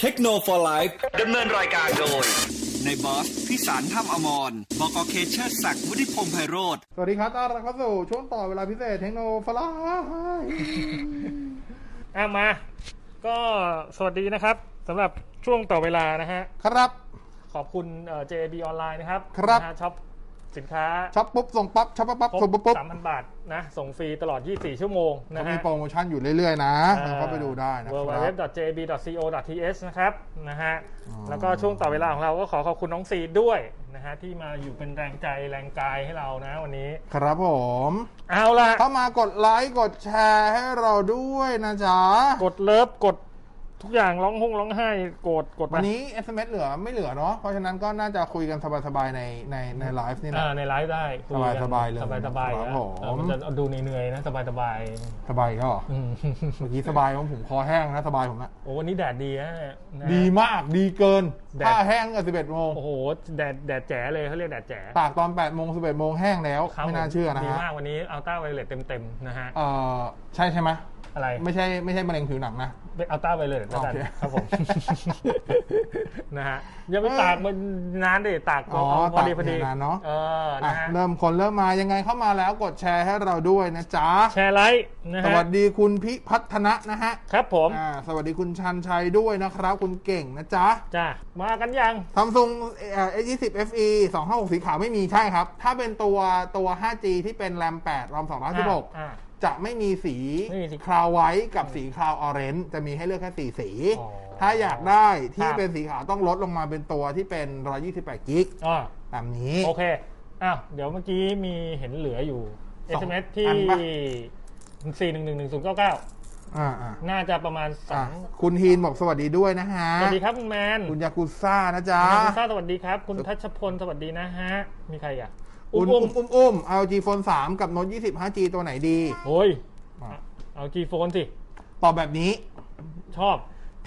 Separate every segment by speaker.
Speaker 1: เทคโนโลยีไลฟ์
Speaker 2: ดำเนินรายการโดย
Speaker 1: ในบอสพิสารถ้ำอมรบกเคเชอร์ศักดิ์วุฒิพงษ์ไพโรธ
Speaker 3: สวัสดีครับต้อนรับเข้าสู่ช่วงต่อเวลาพิเศษเทคโนฟลา
Speaker 4: อ่ะมา ก็สวัสดีนะครับสำหรับช่วงต่อเวลานะฮะ
Speaker 3: ครับ
Speaker 4: ขอบคุณเอ่อ JB ออนไลน์นะครับ
Speaker 3: ครับ
Speaker 4: นะฮะช็อปสินค้า
Speaker 3: ช็อปปุ๊บส่งปั๊บช็อปปั๊บปั๊บ
Speaker 4: คร
Speaker 3: ส่งปุ๊บปุ๊
Speaker 4: บ
Speaker 3: บ
Speaker 4: 3,000 บาทนะ ส่งฟรีตลอด 24 ชั่วโมงนะ
Speaker 3: เขามี
Speaker 4: ฮะ
Speaker 3: โปรโมชั่นอยู่เรื่อยๆนะเข้าไปดูได้นะค
Speaker 4: เอ่อ
Speaker 3: รับ
Speaker 4: www.jb.co.th นะครับนะฮะ
Speaker 3: อ๋อ
Speaker 4: แล้วก็ช่วงต่อเวลาของเราก็ขอขอบคุณน้องซีดด้วยนะฮะที่มาอยู่เป็นแรงใจแรงกายให้เรานะวันนี้
Speaker 3: ครับผม
Speaker 4: เอาละ
Speaker 3: เข้ามากดไลค์กดแชร์ให้เราด้วยนะจ๊ะ
Speaker 4: กดเลิฟกดทุกอย่างร้องห้องร้องไห้กดกด
Speaker 3: วัน
Speaker 4: มา
Speaker 3: นี้ SMS เหลือไม่เหลือเนาะเพราะฉะนั้นก็น่าจะคุยกันสบายๆในในในไลฟ์นี่นะ
Speaker 4: อ่าในไลฟ์ได้คุกัน
Speaker 3: สบายๆเลย
Speaker 4: สบายสบาย
Speaker 3: ครับผม
Speaker 4: มันจะดูเหนื่อยๆนะสบายสบาย
Speaker 3: สบายก็เหรอ
Speaker 4: ๆอืม
Speaker 3: เมื่อกี้สบายของผมคอแห้งนะสบายผมอะ
Speaker 4: โอ้วันนี้แดดดีนะนะ
Speaker 3: ดีมากดีเกิน
Speaker 4: แดด
Speaker 3: ถ้าแห้งก็11โมง
Speaker 4: โอ้โหแดดแดดแจ๋เลยเขาเรียกแดดแจ๋
Speaker 3: ตากตอน8โมง11โมงแห้งแล้ว
Speaker 4: ครับ
Speaker 3: ไม่
Speaker 4: ผ
Speaker 3: น่าเชื่อนะ
Speaker 4: ดี
Speaker 3: ฮะ
Speaker 4: มากวันนี้อัลต้าไวเลตเต็มๆนะฮะ
Speaker 3: เออใช่ใช่ไหม
Speaker 4: อะไร
Speaker 3: ไม่ใช่ไม่ใช่มะเร็งผิวหนังนะ
Speaker 4: อัลต้าไวเลตแล้วกัน
Speaker 3: โอเค
Speaker 4: ครับผมนะฮะอย่าไปตากมันนานดิตาก
Speaker 3: อ๋อ
Speaker 4: พอดีพอดี
Speaker 3: ตากนานๆเนอะ
Speaker 4: เออ
Speaker 3: อ่ะ
Speaker 4: นะฮะ
Speaker 3: เริ่มคนเริ่มมายังไงเข้ามาแล้วกดแชร์ให้เราด้วยนะจ๊ะ
Speaker 4: แชร์ไลค์นะ
Speaker 3: ส
Speaker 4: ฮะ
Speaker 3: วัสดีคุณพิพัฒนะนะฮะ
Speaker 4: ครับผม
Speaker 3: อ่าสวัสดีคุณชันชัยด้วยนะครับ คุณเก่งนะจ๊ะ
Speaker 4: จ้ามากันยัง
Speaker 3: ซัมซุงเอ่อ A20 FE 256สีขาวไม่มีใช่ครับ ถ้าเป็นตัวตัว 5G ที่เป็นแรม8รอม
Speaker 4: อ่า
Speaker 3: 256 จะไม่มีสี
Speaker 4: ไม่มีสี
Speaker 3: คราวไว้กับสีคราวออเรนจ์จะมีให้เลือกแค่สีสี
Speaker 4: อ๋อ
Speaker 3: ถ้าอยากได้
Speaker 4: ค
Speaker 3: ที่
Speaker 4: รับ
Speaker 3: เป็นสีขาวต้องลดลงมาเป็นตัวที่เป็น128กิก
Speaker 4: อ่า
Speaker 3: ตามนี้
Speaker 4: โอเค อ้าว เดี๋ยวเมื่อกี้มีเห็นเหลืออยู่
Speaker 3: สอง
Speaker 4: SMS ที่
Speaker 3: อันปะ
Speaker 4: 4111099
Speaker 3: อ่าอ่า
Speaker 4: น่าจะประมาณส
Speaker 3: อ่ะ
Speaker 4: อง
Speaker 3: คุณฮีนบอกสวัสดีด้วยนะฮะ
Speaker 4: สวัสดีครับคุณแมน
Speaker 3: คุณยากุซ่านะจ๊ะ
Speaker 4: คุณซ่าสวัสดีครับ คุณทัชพล สวัสดีนะฮะ มีใครอีกอ่ะ
Speaker 3: อุ
Speaker 4: อุ้ม
Speaker 3: ม
Speaker 4: อุ้ม
Speaker 3: อุ้มอุ้มอุ้ม LG Phone 3 กับ Note 20 5G ตัวไหนดี
Speaker 4: โอ้ย
Speaker 3: อ่ะ
Speaker 4: เอาจีโฟนสิ
Speaker 3: ตอบแบบนี้
Speaker 4: ชอบ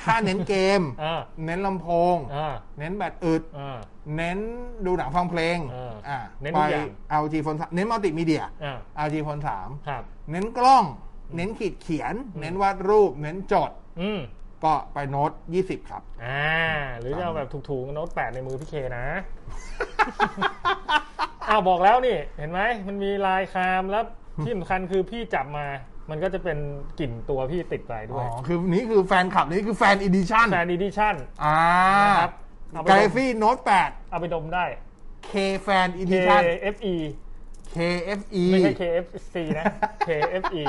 Speaker 3: ถ้าเน้นเก ม
Speaker 4: อ่า
Speaker 3: เน้นลำโพง
Speaker 4: อ่า
Speaker 3: เน้นแบตอึด
Speaker 4: อ่า
Speaker 3: เน้นดูหนังฟังเพลง
Speaker 4: เอออ่
Speaker 3: ่ะ
Speaker 4: เน้น
Speaker 3: ไป
Speaker 4: ทุกอย่าง
Speaker 3: LG Phone 3 เน้นมัลติมีเดีย
Speaker 4: อ่า
Speaker 3: LG Phone
Speaker 4: ครับ
Speaker 3: 3 เน้นกล้อง เน้นขีดเขียน เน้นวาดรูป เน้นจด
Speaker 4: อืม
Speaker 3: ก็ไปโน้ต20 ครับ
Speaker 4: อ่า หรือจะเอาแบบถูกๆโน้ตแปดในมือพี่เคนะ อ้าวบอกแล้วนี่ เห็นไหมมันมีลายครามแล้วที่สำคัญคือพี่จับมา มันก็จะเป็นกลิ่นตัวพี่ติดไปด้
Speaker 3: อ๋
Speaker 4: ว
Speaker 3: อ
Speaker 4: ย
Speaker 3: คือนี่คือแฟนคลับนี่คือแฟนอีดิชั่น
Speaker 4: แฟนดีดิชั่น
Speaker 3: อ่า
Speaker 4: นะครับเอาไปลง
Speaker 3: กาแล็กซี่โน้ต8
Speaker 4: เอาไปดมได้
Speaker 3: K Fan Edition
Speaker 4: KFE
Speaker 3: KFE
Speaker 4: ไม่ใช่ KFC นะ KFE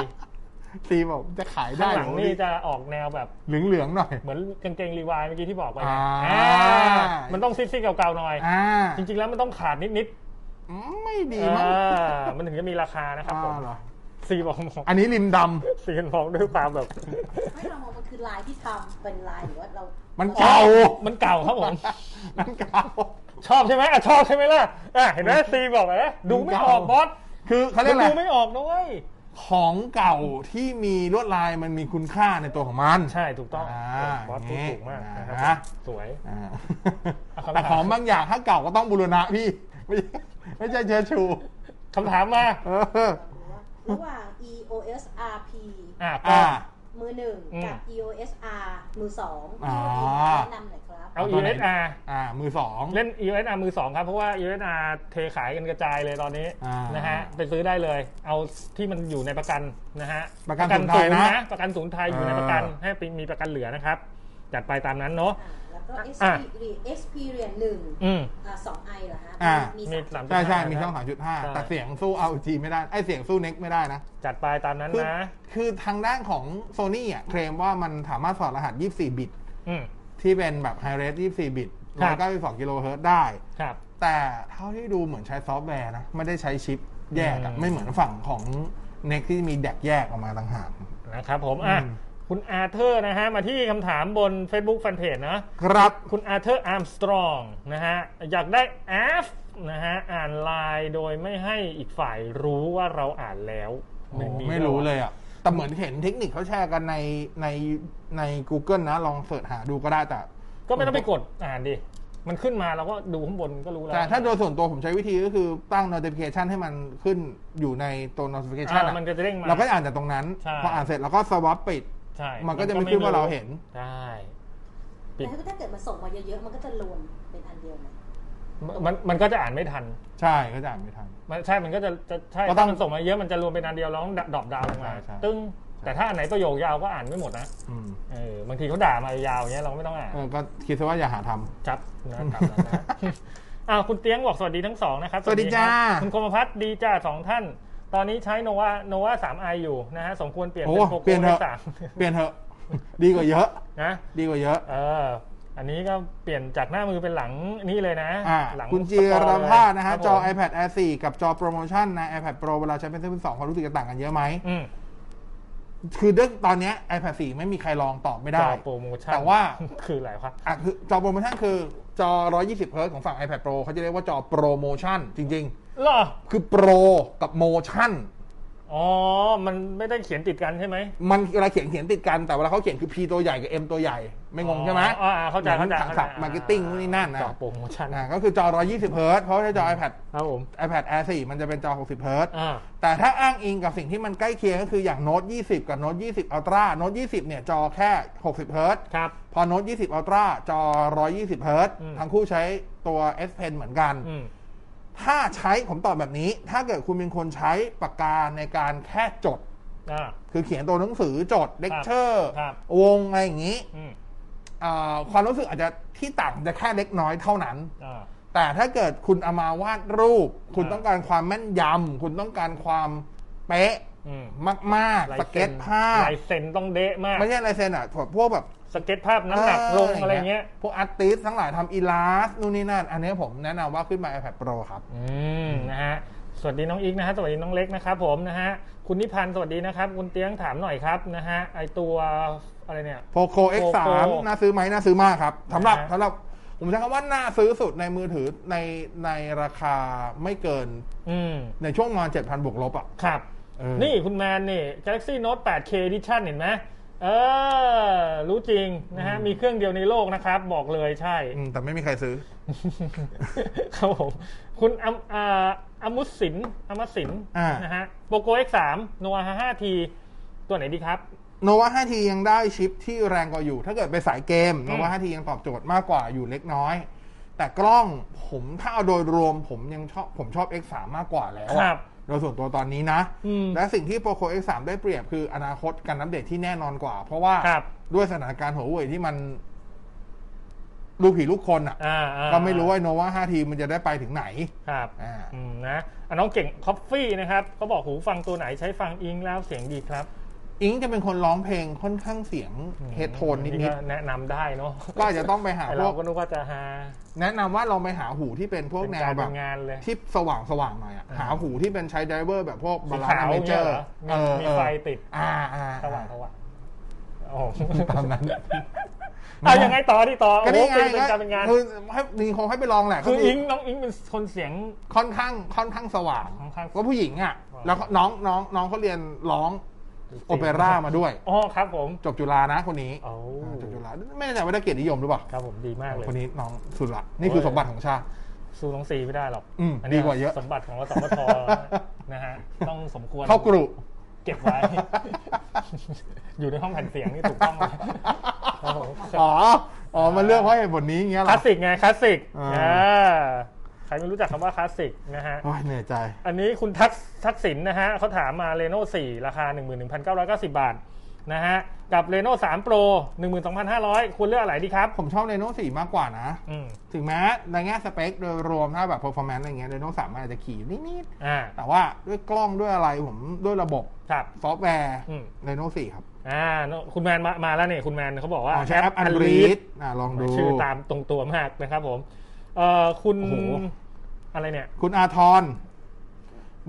Speaker 3: ซีบอกจะขายได้
Speaker 4: ข้างหลัง
Speaker 3: เรอ
Speaker 4: นี่จะออกแนวแบบ
Speaker 3: เหลืองเหลืองๆหน่อย
Speaker 4: เหมือนกางเกงรีวายเมื่อกี้ที่บอกไปนะ
Speaker 3: อ่า
Speaker 4: อ่ามันต้องซิซี่ๆเก่าๆหน่อย
Speaker 3: อ่า
Speaker 4: จริงๆแล้วมันต้องขาดนิด
Speaker 3: อืมไม่
Speaker 4: ๆ
Speaker 3: ดีมั้ง
Speaker 4: อ่ามันถึงจะมีราคานะครับผม
Speaker 3: อ่าเหรอ
Speaker 4: ซี บอกหมอ
Speaker 3: อันนี้ริมดำ
Speaker 4: ซีนมองด้วยความแบบ
Speaker 5: ไม่เรามองมันคือลายที่ทำเป็นลายหรือว่าเรา
Speaker 3: มัน
Speaker 5: เา
Speaker 3: เก่า
Speaker 4: มันเก่าครับผม
Speaker 3: มันเก่า
Speaker 4: ชอบใช่ไหมอ่ะชอบใช่ไหมล่ะอ่ะเห็นไหมซีบอกไหมดูไม่ออก
Speaker 3: เก่า
Speaker 4: บอส
Speaker 3: คือเขาเรียกอะไร
Speaker 4: ดูไม่ออกนะเว้ย
Speaker 3: ของเก่าที่มีลวดลายมันมีคุณค่าในตัวของมัน
Speaker 4: ใช่ถูกต้อง
Speaker 3: อ่า
Speaker 4: บอสพูดถูกมากนะค
Speaker 3: นะ
Speaker 4: รับสวย
Speaker 3: อ่า
Speaker 4: เอาคำถาม
Speaker 3: แต่ของบางอย่างถ้าเก่าก็ต้องบูรณะพี่ ไม่ใช่ไม่ใช่เชิดชู
Speaker 4: คำถามมา
Speaker 3: เออ
Speaker 5: ระหว่าง EOS RP
Speaker 4: อ่ะก็
Speaker 3: อ่า
Speaker 5: มือหนึ่ง
Speaker 4: อืม
Speaker 5: กับ EOS R มือสอง
Speaker 3: อ่า
Speaker 5: แนะนำหน่อยครับ
Speaker 4: เอา
Speaker 3: เอาตัวไหน
Speaker 4: ESR
Speaker 3: อ่า มือสอง
Speaker 4: เล่น ESR มือสองครับ เพราะว่า ESR เทขายกันกระจายเลยตอนนี้
Speaker 3: อ่าน
Speaker 4: นะฮะไปซื้อได้เลย เอาที่มันอยู่ในประกันนะฮะ
Speaker 3: ประกันศูนย์ไทยนะ
Speaker 4: ศูประกันศูนย์ไทยอยู่ในประกัน
Speaker 3: เออ
Speaker 4: ให้มีประกันเหลือนะครับ จัดไปตามนั้นเนาะ
Speaker 5: อ่าแล้วก็
Speaker 4: อ่ะ
Speaker 5: Experience- Experience หนึ่ง
Speaker 4: อืม
Speaker 5: อ่าสองไอเหรอฮะ
Speaker 3: อ่ามี
Speaker 5: มี
Speaker 4: มี
Speaker 5: สาม
Speaker 4: สามจุด
Speaker 3: ใช่ใช่
Speaker 4: ห้า
Speaker 3: มีช่อง
Speaker 4: นะ ใช่
Speaker 3: 3.5 แต่เสียงสู้ ROG ไม่ได้ ไอเสียงสู้ NEC ไม่ได้นะ
Speaker 4: จัดไปตามนั้น
Speaker 3: คือ
Speaker 4: นะ
Speaker 3: คือทางด้านของ Sony อ่ะ เคลมว่ามันสามารถสอดรหัส 24 บิต
Speaker 4: อืม
Speaker 3: ที่เป็นแบบ High Res 24 บิต
Speaker 4: ครับ
Speaker 3: 192กิโลเฮิรตซ์ได้
Speaker 4: ครับ
Speaker 3: แต่เท่าที่ดูเหมือนใช้ซอฟต์แวร์นะ ไม่ได้ใช้ชิปแยกอะ
Speaker 4: อืม
Speaker 3: ไม่เหมือนฝั่งของ NEC ที่มีแดกแยกออกมาต่างหาก
Speaker 4: นะครับผมอ่ะ
Speaker 3: อืม
Speaker 4: คุณอาเธอร์นะฮะ มาที่คำถามบน Facebook Fanpage นะครับ คุณอาเธอร์อาร์มสตรองนะฮะ อยากได้ F นะฮะ อ่านไลน์โดยไม่ให้อีกฝ่ายรู้ว่าเราอ่านแล้ว
Speaker 3: โอ้
Speaker 4: น
Speaker 3: ไม่รู้เลยอ่ะ แต่เหมือนเห็นเทคนิคเขาแชร์กันในในใน Google นะ ลองเสิร์ชหาดูก็ได้แต่
Speaker 4: ก็ไม่ต้องไปกดอ่านดิ มันขึ้นมาเราก็ดูข้างบนก็รู้แล้ว
Speaker 3: แต่ถ้าโดยส่วนตัวผมใช้วิธีก็คือตั้ง notification ให้มันขึ้นอยู่ในตัว
Speaker 4: อ่า
Speaker 3: notification อะ
Speaker 4: มันก็จะเด้งมา
Speaker 3: เราก็อ่านจากตรงนั้น
Speaker 4: ใช่
Speaker 3: พออ่านเสร็จเราก็สวั p ปิด
Speaker 4: ใช่
Speaker 3: มันก็จะไม่ขึ้นว่าเราเห็น
Speaker 4: ใช่ ปิด
Speaker 5: แต่ถ้าเกิดมันส่งมาเยอะๆ มันก็จะรวมเป็นอันเดียวไหม
Speaker 4: มันมันก็จะอ่านไม่ทัน
Speaker 3: ใช่ก็จะอ่านไม่ทัน
Speaker 4: มันใช่ มันก็จะจะใช่
Speaker 3: ก็ต้
Speaker 4: ถ้า
Speaker 3: อง
Speaker 4: มันส่งมาเยอะ มันจะรวมเป็นอันเดียวแล้วต้องดรอปดาวน์ลงมา
Speaker 3: ใช่ใช่
Speaker 4: ตึ้ง แต่ถ้าอันไหนประโยคยาวก็อ่านไม่หมดนะ
Speaker 3: อืม
Speaker 4: เออ บางทีเขาด่ามายาวอย่างเงี้ยเราไม่ต้องอ่าน
Speaker 3: เออก็คิดซะว่าอย่าหาทำ
Speaker 4: จับนะครับนะ ฮะ อ้าวคุณเตี้ยงบอกสวัสดีทั้งสองนะครับ
Speaker 3: สวัสดีจ้า
Speaker 4: ครับคุณคมพัฒน์ดีจ้าสองท่าน ตอนนี้ใช้โนวาโนวาสามไออยู่นะฮะ สมควรเปลี่ยน
Speaker 3: โอ้
Speaker 4: เป็นโค
Speaker 3: เปลี่ย
Speaker 4: โค่
Speaker 3: นเถ
Speaker 4: ได้
Speaker 3: อะ
Speaker 4: สาม
Speaker 3: เปลี่ยนเถอะ ดีกว่าเยอะ
Speaker 4: นะ
Speaker 3: ดีกว่าเยอะ
Speaker 4: เออ อันนี้ก็เปลี่ยนจากหน้ามือเป็นหลังนี่เลยนะ
Speaker 3: อ่า
Speaker 4: หลัง
Speaker 3: คุณจีรภาสนะ
Speaker 4: ค
Speaker 3: ฮะ
Speaker 4: บ
Speaker 3: จอ
Speaker 4: ผม
Speaker 3: iPad Air 4 กับจอโปรโมชั่นนะ iPad Pro เวลาใช้เป็นเส้นสองความรู้สึกจะต่างกันเยอะไหม
Speaker 4: อืม
Speaker 3: คือเรื่องตอนเนี้ย iPad 4 ไม่มีใครลองตอบไม่ได้
Speaker 4: จอโปรโมชั่น
Speaker 3: แต่ว่า
Speaker 4: คืออะไรครับ
Speaker 3: อ่ะคือจอโปรโมชั่นคือจอ 120 Hz ของฝั่ง iPad Pro เขาจะเรียกว่าจอโปรโมชั่นจริง
Speaker 4: เหรอ
Speaker 3: ๆ คือโปรกับโมชั่น
Speaker 4: อ๋อ มันไม่ได้เขียนติดกันใช่ไหม
Speaker 3: มันเวลาเขียนเขียนติดกันแต่เวลาเขาเขียนคือ P ตัวใหญ่กับ M ตัวใหญ่ ไม่งงใช่ไหม
Speaker 4: อ๋ออ่าเข้าใจเข้าใจ
Speaker 3: เหมือน
Speaker 4: เข้า
Speaker 3: ศัพ
Speaker 4: ใจ
Speaker 3: ท์ marketing นู่นนี่นั่นนะ
Speaker 4: จอโปรโมชั่น
Speaker 3: อ่ะก็คือจอ 120 Hz เพราะว่าถ้าจอ iPad
Speaker 4: ครับผม
Speaker 3: iPad Air 4 มันจะเป็นจอ 60 Hz
Speaker 4: อ่า
Speaker 3: แต่ถ้าอ้างอิงกับสิ่งที่มันใกล้เคียงก็คืออย่างโน้ต20 กับโน้ต20 Ultra โน้ต20 เนี่ย จอแค่ 60 Hz
Speaker 4: ครับ
Speaker 3: พอโน้ต20 Ultra จอ 120 Hz
Speaker 4: อืม
Speaker 3: ทั้งคู่ใช้ตัว S Pen เหมือนกัน
Speaker 4: อืม
Speaker 3: ถ้าใช้ผมตอบแบบนี้ ถ้าเกิดคุณเป็นคนใช้ปากกาในการแค่จด
Speaker 4: อ่า
Speaker 3: คือเขียนตัวหนังสือจดเลคเชอร์
Speaker 4: ครับ
Speaker 3: วงอะไรอย่างนี้
Speaker 4: อืม
Speaker 3: อ่าความรู้สึกอาจจะที่ต่างจะแค่เล็กน้อยเท่านั้น
Speaker 4: อ่า
Speaker 3: แต่ถ้าเกิดคุณเอามาวาดรูป คุณ
Speaker 4: อ่า
Speaker 3: ต้องการความแม่นยำคุณต้องการความเป๊ะ
Speaker 4: อืม
Speaker 3: มากๆ สเก็ตภาพ
Speaker 4: ลายเซ็นต้องเดะมาก
Speaker 3: ไม่ใช่ลายเซ็นอ่ะพวกแบบ
Speaker 4: สเก็ตภาพน้ำหนักลงอะไรเงี้ย
Speaker 3: พวกอาร์ติสทั้งหลายทำอีลาสนู่นนี่นั่น อันนี้ผมแนะนำว่าขึ้นมา iPad Pro ครับ
Speaker 4: อืมนะฮะ สวัสดีน้องอีกนะฮะ สวัสดีน้องเล็กนะครับผมนะฮะ คุณนิพันธ์สวัสดีนะครับ คุณเตี้ยงถามหน่อยครับนะฮะ ไอตัวอะไรเนี่ย
Speaker 3: Poco X3
Speaker 4: Poco
Speaker 3: น่าซื้อไหมน่าซื้อมากครับสำหรับ
Speaker 4: นะฮะ
Speaker 3: สำหรับผมใช้คำว่าน่าซื้อสุดในมือถือในในราคาไม่เกิน
Speaker 4: อืม
Speaker 3: ในช่วงประมาณ7,000บวกลบอ่ะ
Speaker 4: ครับ
Speaker 3: เออ
Speaker 4: นี่คุณแมนนี่ Galaxy Note 8K Edition เห็นไหมเออ รู้จริงนะฮะ มีเครื่องเดียวในโลกนะครับ บอกเลยใช่
Speaker 3: อืมแต่ไม่มีใครซื้อ
Speaker 4: ครับผม คุณอมอ่าอมุสินอมสิน
Speaker 3: อ่าน
Speaker 4: นะฮะโปโก X3 โนวา 5T ตัวไหนดีครับ
Speaker 3: โนวา 5T ยังได้ชิปที่แรงกว่าอยู่ ถ้าเกิดไปสายเกมโนวา 5T ยังตอบโจทย์มากกว่าอยู่เล็กน้อย แต่กล้องผมถ้าเอาโดยรวมผมยังชอบผมชอบ X3 มากกว่าแล้วอะ
Speaker 4: ครับ
Speaker 3: โดยส่วนตัวตอนนี้นะ
Speaker 4: อืม
Speaker 3: และสิ่งที่ Poco X3 ได้เปรียบคืออนาคตการอัปเดตที่แน่นอนกว่า เพราะว่า
Speaker 4: ครับ
Speaker 3: ด้วยสถานการณ์หัวเว่ยที่มันลูกผีลูกคนอ่ะ
Speaker 4: อ่าอ่
Speaker 3: ก็ไม่รู้ว่าโนวา 5T มันจะได้ไปถึงไหน
Speaker 4: ครับ
Speaker 3: อ่า
Speaker 4: อืมนะอ่ะน้องเก่งคอฟฟี่นะครับเขาบอกหูฟังตัวไหนใช้ฟังอิงแล้วเสียงดีครับ
Speaker 3: อิงจะเป็นคนร้องเพลงค่อนข้างเสียงเฮดโทนนิด
Speaker 4: ก็แนะนำได้เนาะ
Speaker 3: ๆก็อาจจะต้องไปหา
Speaker 4: แต่
Speaker 3: พ
Speaker 4: เรา
Speaker 3: วก
Speaker 4: ก็นึกว่าจะหา
Speaker 3: แนะนำว่าเราไปหาหูที่เป็นพวก
Speaker 4: เป็น
Speaker 3: แน
Speaker 4: กาว ร
Speaker 3: แบบ
Speaker 4: ทำงานเลย
Speaker 3: ที่สว่างสว่างๆหน่อยอะ
Speaker 4: อ่า
Speaker 3: หาหูที่เป็นใช้ไดรเวอร์แบบพวก
Speaker 4: สี
Speaker 3: บาลา
Speaker 4: ขาว
Speaker 3: น์เมเจอร์
Speaker 4: เนี่ยเหรอมีมีไฟติด
Speaker 3: อ่าอ่า
Speaker 4: สว่างสว่างโอ้โห
Speaker 3: ตามนั้น
Speaker 4: เอายังไงต่อที่ต่อ
Speaker 3: ก็
Speaker 4: โอ้โห
Speaker 3: นี่ไง
Speaker 4: เป็นเป็นการเป็นงาน
Speaker 3: คือให้มีคงให้ไปลองแหละ
Speaker 4: คือ
Speaker 3: ก็
Speaker 4: อิงน้องอิงเป็นคนเสียง
Speaker 3: ค่อนข้างค่อนข้างสว่าง
Speaker 4: ค่อนข้าง
Speaker 3: ก็ผู้หญิงอ่ะ
Speaker 4: ว้าว
Speaker 3: แล้วก็น้องน้องน้องเขาเรียนร้องโอเปร่ามาด้วย
Speaker 4: อ๋อครับผม
Speaker 3: จบจุฬานะคนนี้
Speaker 4: โอ้
Speaker 3: อ่าจบจุฬาไม่แน่ใจว่าได้เกียรตินิยมหรือเปล่า
Speaker 4: ครับผมดีมากเลย
Speaker 3: คนนี้น้องสุดละนี่คือสมบัติของชาติ
Speaker 4: สู้น้องซีไม่ได้หรอก
Speaker 3: อืม
Speaker 4: นี้
Speaker 3: ดีกว่าเยอะ
Speaker 4: สมบัติของอสม ทนะฮะ ต้องสมควร
Speaker 3: เข้ากรุ
Speaker 4: เก็บไว้ อยู่ในห้องแผ่นเสียงนี่ถูกต้องเลยครับผม
Speaker 3: อ๋อ อ๋อ มันเลือกเพราะเหตุผลนี้อย่างเงี้ยเห
Speaker 4: ค
Speaker 3: รอ
Speaker 4: ลาสสิกไงคลาสสิก
Speaker 3: อ่า
Speaker 4: เออใครไม่รู้จักคำว่าคลาสสิกนะฮะ
Speaker 3: โอ้ยเหนื่อยใจ
Speaker 4: อันนี้คุณทักษทักษิณนะฮะเขาถามมาเรโน่4ราคา 11,990 บาทนะฮะกับเรโน่3 Pro 12,500 คุณเลือกอะไรดีครับ
Speaker 3: ผมชอบเรโน่สี่มากกว่านะ
Speaker 4: อืม
Speaker 3: ถึงแม้ในแง่สเปคโดยรวมถ้าแบบ performance อะไรเงี้ยเรโน่สามนอาจจะขี่นิด
Speaker 4: อ่า
Speaker 3: ๆ แต่ว่าด้วยกล้องด้วยอะไรผมด้วยระบบ
Speaker 4: ครับ
Speaker 3: ซอฟต์แวร์
Speaker 4: อืม
Speaker 3: เรโน่สี่ครับ
Speaker 4: อ่าโน่คุณแมนมามาแล้วเนี่ยคุณแมนเขาบอกว่า
Speaker 3: อ๋อใช้แอปอัน
Speaker 4: Unread
Speaker 3: รีดอ่ะลองดู
Speaker 4: ชื่อตามตรงตัวมากนะครับผม เอ่อคุณ
Speaker 3: โอ้โห
Speaker 4: อะไรเนี่ย
Speaker 3: คุณอาทร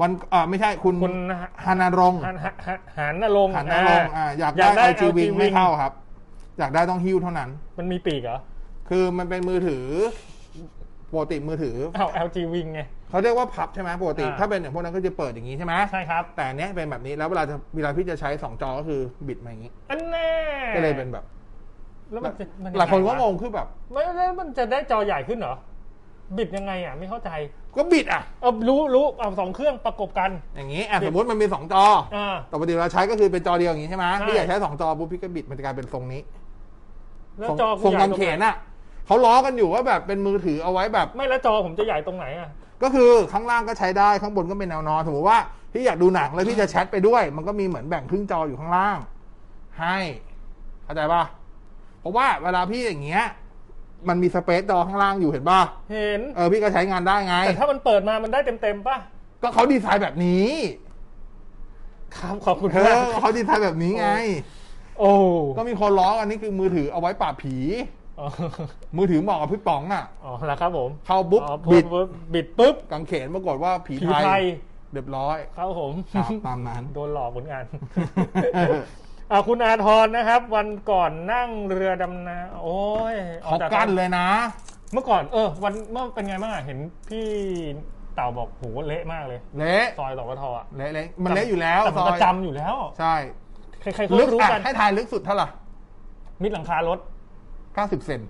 Speaker 3: วันเอ่อไม่ใช่คุณ
Speaker 4: คุณฮะ
Speaker 3: ฮานารงค์
Speaker 4: หันหันหันหันนรงค์
Speaker 3: หันนารงค์อ่ะอยากได้ไอจีวิงไม่เข้าครับ อยากได้ต้องฮิ้วเท่านั้น
Speaker 4: มันมีปีกเหรอ
Speaker 3: คือมันเป็นมือถือปกติมือถือ
Speaker 4: อ้าว LG Wing ไง
Speaker 3: เขาเรียกว่าพับใช่ไหมปกติ
Speaker 4: อ่า
Speaker 3: ถ้าเป็นอย่างพวกนั้นก็จะเปิดอย่างนี้ใช่ไหม
Speaker 4: ใช่ครับ
Speaker 3: แต่อันเนี้ยเป็นแบบนี้แล้วเวลาจะเวลาพี่จะใช้ 2 จอก็คือบิดมาอย่างนี้
Speaker 4: อันแน่
Speaker 3: ก็เลยเป็นแบบ
Speaker 4: แล้วมันจะมัจะ
Speaker 3: หลายคนก็ง
Speaker 4: วะ
Speaker 3: งคือแบบ
Speaker 4: ไม่แล้วมันจะได้จอใหญ่ขึ้นเหรอ บิดยังไงอ่ะ ไม่เข้าใจ
Speaker 3: ก็บิดอ่ะ
Speaker 4: เออรู้รู้เอาสองเครื่องประกบกัน
Speaker 3: อย่างนี้อ่ะ
Speaker 4: บิด
Speaker 3: สมมติมันมี 2 จอ
Speaker 4: อ่า
Speaker 3: แต่ปกติเราใช้ก็คือเป็นจอเดียวอย่างนี้ใช่ไหม
Speaker 4: ใช่
Speaker 3: พี่อยากใช้ 2 จอปุ๊บพี่ก็บิดมันจะกลายเป็นทรงนี้
Speaker 4: แล้ว
Speaker 3: ทรง
Speaker 4: จอกู
Speaker 3: ทรง
Speaker 4: ใหญ่
Speaker 3: กาง
Speaker 4: ตร
Speaker 3: เข
Speaker 4: ง
Speaker 3: น
Speaker 4: ไหน
Speaker 3: อะเขาล้อกันอยู่ว่าแบบเป็นมือถือเอาไว้แบบ
Speaker 4: ไม่แล้วจอผมจะใหญ่ตรงไหนอ่ะ
Speaker 3: ก็คือข้างล่างก็ใช้ได้ข้างบนก็เป็นแนวนอนสมมติว่าพี่อยากดูหนังแล้วพี่จะแชทไปด้วย มันก็มีเหมือนแบ่งครึ่งจออยู่ข้างล่าง ให้เข้าใจป่ะเพราะว่าเวลาพี่อย่างเงี้ย มันมีสเปซจอข้างล่างอยู่เห็นป่ะ
Speaker 4: เห็น
Speaker 3: เออพี่ก็ใช้งานได้ไง
Speaker 4: แต่ถ้ามันเปิดมามันได้เต็มๆป่ะ
Speaker 3: ก็เขาดีไซน์แบบนี้
Speaker 4: ครับขอบคุณ
Speaker 3: เอ
Speaker 4: มาก
Speaker 3: อเขาดีไซน์แบบนี้ไง
Speaker 4: โอ้
Speaker 3: ก็มีคนล้ออันนี้คือมือถือเอาไว้ปราบผี
Speaker 4: อ๋อ
Speaker 3: มือถือเหมาะกับพี่ป๋องอ่ะ
Speaker 4: อ๋อแล้วครับผม
Speaker 3: เข้าปุ๊บ
Speaker 4: อ๋อ
Speaker 3: บิด
Speaker 4: ปุ๊บบิดปุ๊บ
Speaker 3: กางเขนปรากฏว่าผี
Speaker 4: ผี
Speaker 3: ไท
Speaker 4: ไท
Speaker 3: ย
Speaker 4: ย
Speaker 3: เรียบร้อย
Speaker 4: ครับผม
Speaker 3: ครับตามนั้น
Speaker 4: โดนหลอกเหมือนกัน อ่ะคุณอาทรนะครับ วันก่อนนั่งเรือดำน้ำโอ้ยออ
Speaker 3: เขา
Speaker 4: จ
Speaker 3: กั้นเลยนะ
Speaker 4: เมื่อก่อน เออ วันเมื่อเป็นไงบ้างอ่ะเห็นพี่เต่าบอกโหเละมากเลย
Speaker 3: เละ
Speaker 4: ซอยตอกทอ่ะ
Speaker 3: เละเละมันเละอยู่แล้ว
Speaker 4: แต่
Speaker 3: ซ
Speaker 4: ผม
Speaker 3: อ
Speaker 4: ก็
Speaker 3: ย
Speaker 4: จำอยู่แล้ว
Speaker 3: ใช่
Speaker 4: ใครๆเขา
Speaker 3: ลึก
Speaker 4: รู้
Speaker 3: อ่ะ
Speaker 4: กัน
Speaker 3: ให้ทายลึกสุดเท่าไหร่
Speaker 4: มิดหลังคารถ
Speaker 3: 90 เซน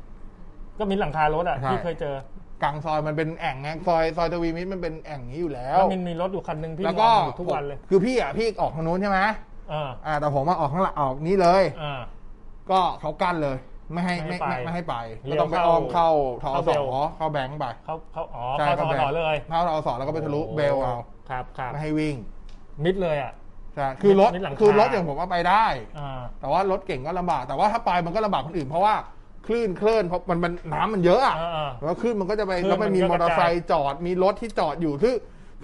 Speaker 4: ก็มิดหลังคารถอ่ะ
Speaker 3: ใช่
Speaker 4: ที่เคยเจอก
Speaker 3: ลางซอยมันเป็นแอ่งไงซอยซอยทวีมิตรมันเป็นแอ่งนี้อยู่แล้
Speaker 4: แล้ว วมันมีรถอยู่คันหนึ่งพี่
Speaker 3: แล้ว
Speaker 4: ม
Speaker 3: ก็
Speaker 4: องอยู่ทุกวันเลย
Speaker 3: คือพี่อ่ะพี่ออกทางนู้นใช่ไหม
Speaker 4: อ่า
Speaker 3: อ่า แต่ผมมาออกข้างหลังออกนี้เลย
Speaker 4: อ่า
Speaker 3: ก็เขากั้นเลย ไม่ให้ไม่ไม่
Speaker 4: ไม่
Speaker 3: ไม่
Speaker 4: ให้
Speaker 3: ให้ไป
Speaker 4: ไป
Speaker 3: ก็ต้องไปอ้อมเข้าทอ
Speaker 4: เข้า
Speaker 3: ส
Speaker 4: เบล
Speaker 3: อเข้าแบงค์ไป
Speaker 4: เขาเขาอ๋อ
Speaker 3: ใช่
Speaker 4: เขาทอต่อเลย
Speaker 3: เข้าทอสอแล้วก็ไปทะลุเบลเอา
Speaker 4: ครับครับ
Speaker 3: ไม่ให้วิ่ง
Speaker 4: มิดเลยอ่ะ
Speaker 3: ใช่คือรถ
Speaker 4: มิดหลังคา
Speaker 3: คือรถอย่างผมว่าไปได้
Speaker 4: อ่า
Speaker 3: แต่ว่ารถเก่งก็ลำบาก แต่ว่าถ้าไปมันก็ลำบากคนอื่นเพราะว่าคลื่นเคลื่อนเพราะมันมันน้ำมันเยอะอะ
Speaker 4: อ่าๆ
Speaker 3: แล้วคลื่นมันก็จะไป
Speaker 4: คลื่น
Speaker 3: แล้วมันมี
Speaker 4: มั
Speaker 3: ม
Speaker 4: น
Speaker 3: อก
Speaker 4: ก็ระจาย
Speaker 3: เตอร์ไซค์จอดมีรถที่จอดอยู่คือ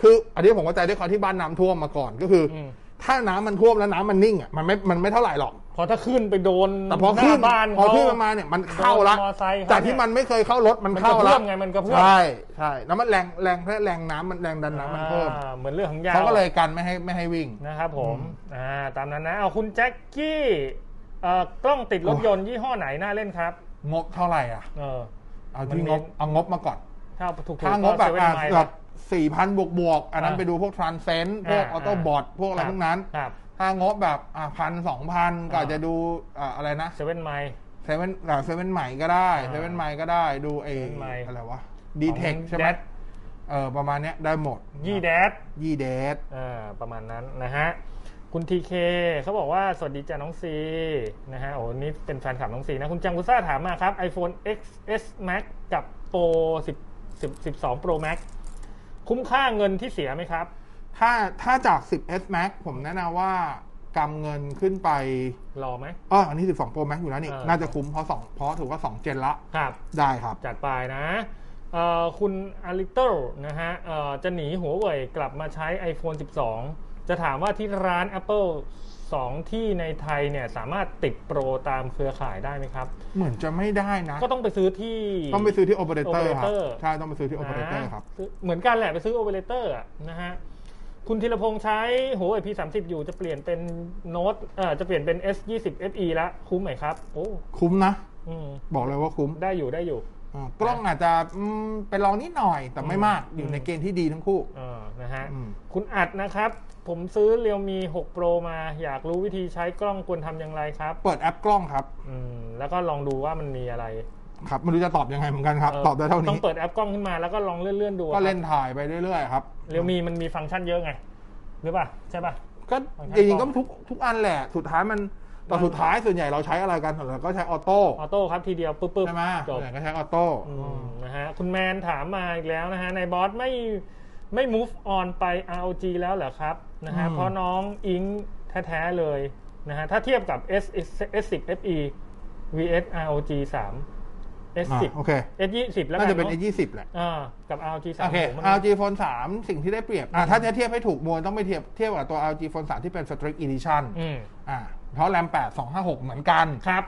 Speaker 3: คืออันนี้ผมเข้าใจด้วยความที่บ้านน้ำท่วมมาก่อนก็คืออ
Speaker 4: ม
Speaker 3: ถ้าน้ำมันท่วมแล้วน้ำมันนิ่งอะมันไม่มันไม่เท่าไหร่หรอก
Speaker 4: พอถ้าขึ้นไปโดน
Speaker 3: แต่พอขึ้น
Speaker 4: หาบ้าน
Speaker 3: พอขึ้น
Speaker 4: เข
Speaker 3: ประมาณเนี่ยมันเข้าละ
Speaker 4: โดนมอไซค์เขา
Speaker 3: จากที่มันไม่เคยเข้ารถมันเข้า
Speaker 4: มันกระเพื่
Speaker 3: ละ
Speaker 4: อมไงมันกระเพื่อม
Speaker 3: ใช่ใช่แล้วมันแรงแรงแรงแรงน้ำมันแรงดันน้ำมันเพิ่ม
Speaker 4: อ่าเหมือนเรื่องของยาว
Speaker 3: เขาก็เลยกันไม่ให้ไม่ให้วิ่ง
Speaker 4: นะครับผมอ่าตามนั้นนะเอาคุณแจ็คกี้เอ่อกล้องติดรถยนต์ยี่ห้อไหนน่าเล่นครับ
Speaker 3: งบเท่าไหร่อ่ะ
Speaker 4: เออ
Speaker 3: เอาที่
Speaker 4: มันมี
Speaker 3: งบเอางบมาก่อน
Speaker 4: ถ้าถูกๆ
Speaker 3: ถ้างบแบบ
Speaker 4: ก็เซเว่นไมล์
Speaker 3: แบบสี่พันบวกบวกๆอันนั้น
Speaker 4: อ่า
Speaker 3: ไปดูพวกทรานเซนต์พวกอ
Speaker 4: อ่า
Speaker 3: อโต้บอทพวกอะไร
Speaker 4: ครับ
Speaker 3: พวกนั้น
Speaker 4: ครับ
Speaker 3: ถ้างบแบบอ่ะพันสองพันก็อาจจะดูอ่ะอะไรนะ
Speaker 4: เซเว่นไมล์
Speaker 3: เซเว่นอ่ะเซเว่นใหม่ก็ได้
Speaker 4: อ่า
Speaker 3: เซเว่นใหม่ก็ได้ดูไอ้
Speaker 4: 7-Mile
Speaker 3: อะไรวะดีเทค
Speaker 4: ของ
Speaker 3: ใช่ไหม
Speaker 4: Dad
Speaker 3: เออประมาณเนี้ยได้หมด
Speaker 4: ยี่แดด
Speaker 3: ยี่เดท
Speaker 4: อ่าประมาณนั้นนะฮะ คุณทีเคเขาบอกว่า สวัสดีจ้าน้องซีนะฮะโอ้นี่เป็นแฟนคลับน้องซีนะ คุณจังกุซ่าถามมาครับ iPhone XS Max กับ Pro 10 10 12 Pro Max คุ้มค่าเงินที่เสียไหมครับ
Speaker 3: ถ้าถ้าจาก 10s max ผมแนะนำว่ากำเงินขึ้นไป
Speaker 4: รอไหม
Speaker 3: อ๋ออันนี้ 12 pro max อยู่แล้วนี่
Speaker 4: เออ
Speaker 3: น่าจะคุ้มเพราะสองเพราะถือว่าสองเจนละ
Speaker 4: ครับ
Speaker 3: ได้ครับ
Speaker 4: จัดไปนะเอ่อคุณอลิเตอร์นะฮะเอ่อจะหนีหัวเว่ยกลับมาใช้ iPhone 12 จะถามว่าที่ร้าน Apple 2 ที่ในไทยเนี่ยสามารถติดโปรตามเครือข่ายได้ไหมครับ
Speaker 3: เหมือนจะไม่ได้นะ
Speaker 4: ก็ต้องไปซื้อที่
Speaker 3: ต้องไปซื้อที่โอเปอเรเตอร์ครับ
Speaker 4: Operator
Speaker 3: ใช่ต้องไปซื้อที่โอเปอเรเตอร์
Speaker 4: นะครับ ซื้อเหมือนกันแหละไปซื้อโอเปอเรเตอร์นะฮะ คุณธีรพงษ์ใช้หัวไอพีสามสิบอยู่จะเปลี่ยนเป็นโน้ตเอ่อจะเปลี่ยนเป็น S ยี่สิบ FE ละคุ้มไหมครับ โอ้
Speaker 3: คุ้มนะ
Speaker 4: อืม
Speaker 3: บอกเลยว่าคุ้ม
Speaker 4: ได้อยู่ได้อยู่
Speaker 3: อ่ากล้องอาจจะอืมไปลองนิดหน่อยแต่ไม่มากอยู่ในเกณฑ์ที่ดีทั้งคู่
Speaker 4: เออนะฮะ
Speaker 3: อืม
Speaker 4: คุณอัดนะครับ ผมซื้อเรียวมี 6 Pro มาอยากรู้วิธีใช้กล้องควรทำอย่างไรครับ
Speaker 3: เปิดแอปกล้องครับ
Speaker 4: อืม แล้วก็ลองดูว่ามันมีอะไร
Speaker 3: ครับไม่รู้จะตอบยังไงเหมือนกันครับ
Speaker 4: เ
Speaker 3: ตอบได้เท่า
Speaker 4: ต้
Speaker 3: นี้
Speaker 4: องเปิดแอปกล้องขึ้นมาแล้วก็ลองเลื่อนๆดู
Speaker 3: ก็เล่นถ่ายไปเรื่อยๆครับ
Speaker 4: เรียวมีมันมีฟังก์ชันเยอะไง หรือเปล่าใช่ป่ะ
Speaker 3: ก็
Speaker 4: ฟังก์ชั
Speaker 3: จ
Speaker 4: น
Speaker 3: ริงๆ
Speaker 4: กล้
Speaker 3: ก็
Speaker 4: อง
Speaker 3: ทุกทุกอันแหละสุดท้ายมันแต่สุดท้ายส่วนใหญ่เราใช้อะไรกันส่วนใหญ่ก็ใช้ออโต้
Speaker 4: ออโต้ครับทีเดียวปุ๊บปุ๊บ
Speaker 3: ใช่ไหม
Speaker 4: จ
Speaker 3: ส่ว
Speaker 4: บ
Speaker 3: นใหญ่ก็ใช้ออโต้
Speaker 4: อืมนะฮะคุณแมนถามมาอีกแล้วนะฮะในบอสไม่ไม่ move on ไป ROG แล้วเหรอครับนะฮะเพราะน้องอิงแท้ๆเลยนะฮะถ้าเทียบกับ S S10 FE vs ROG 3
Speaker 3: อ่ะ
Speaker 4: S10
Speaker 3: โอเค
Speaker 4: S20 แล้วกั
Speaker 3: น่าจะ
Speaker 4: น
Speaker 3: เป็น
Speaker 4: อะ
Speaker 3: A20 แหละ
Speaker 4: อ่ากับ ROG 3
Speaker 3: โอเค
Speaker 4: ผมว่า
Speaker 3: LG Phone 3 สิ่งที่ได้เปรียบอ่ะถ้าจะเทียบให้ถูกมวลต้องไปเทียบเทียบกับตัว LG Phone 3 ที่เป็น Strict Edition
Speaker 4: อืม
Speaker 3: อ่าเพราะ RAM 8 256 เหมือนกัน
Speaker 4: ครับ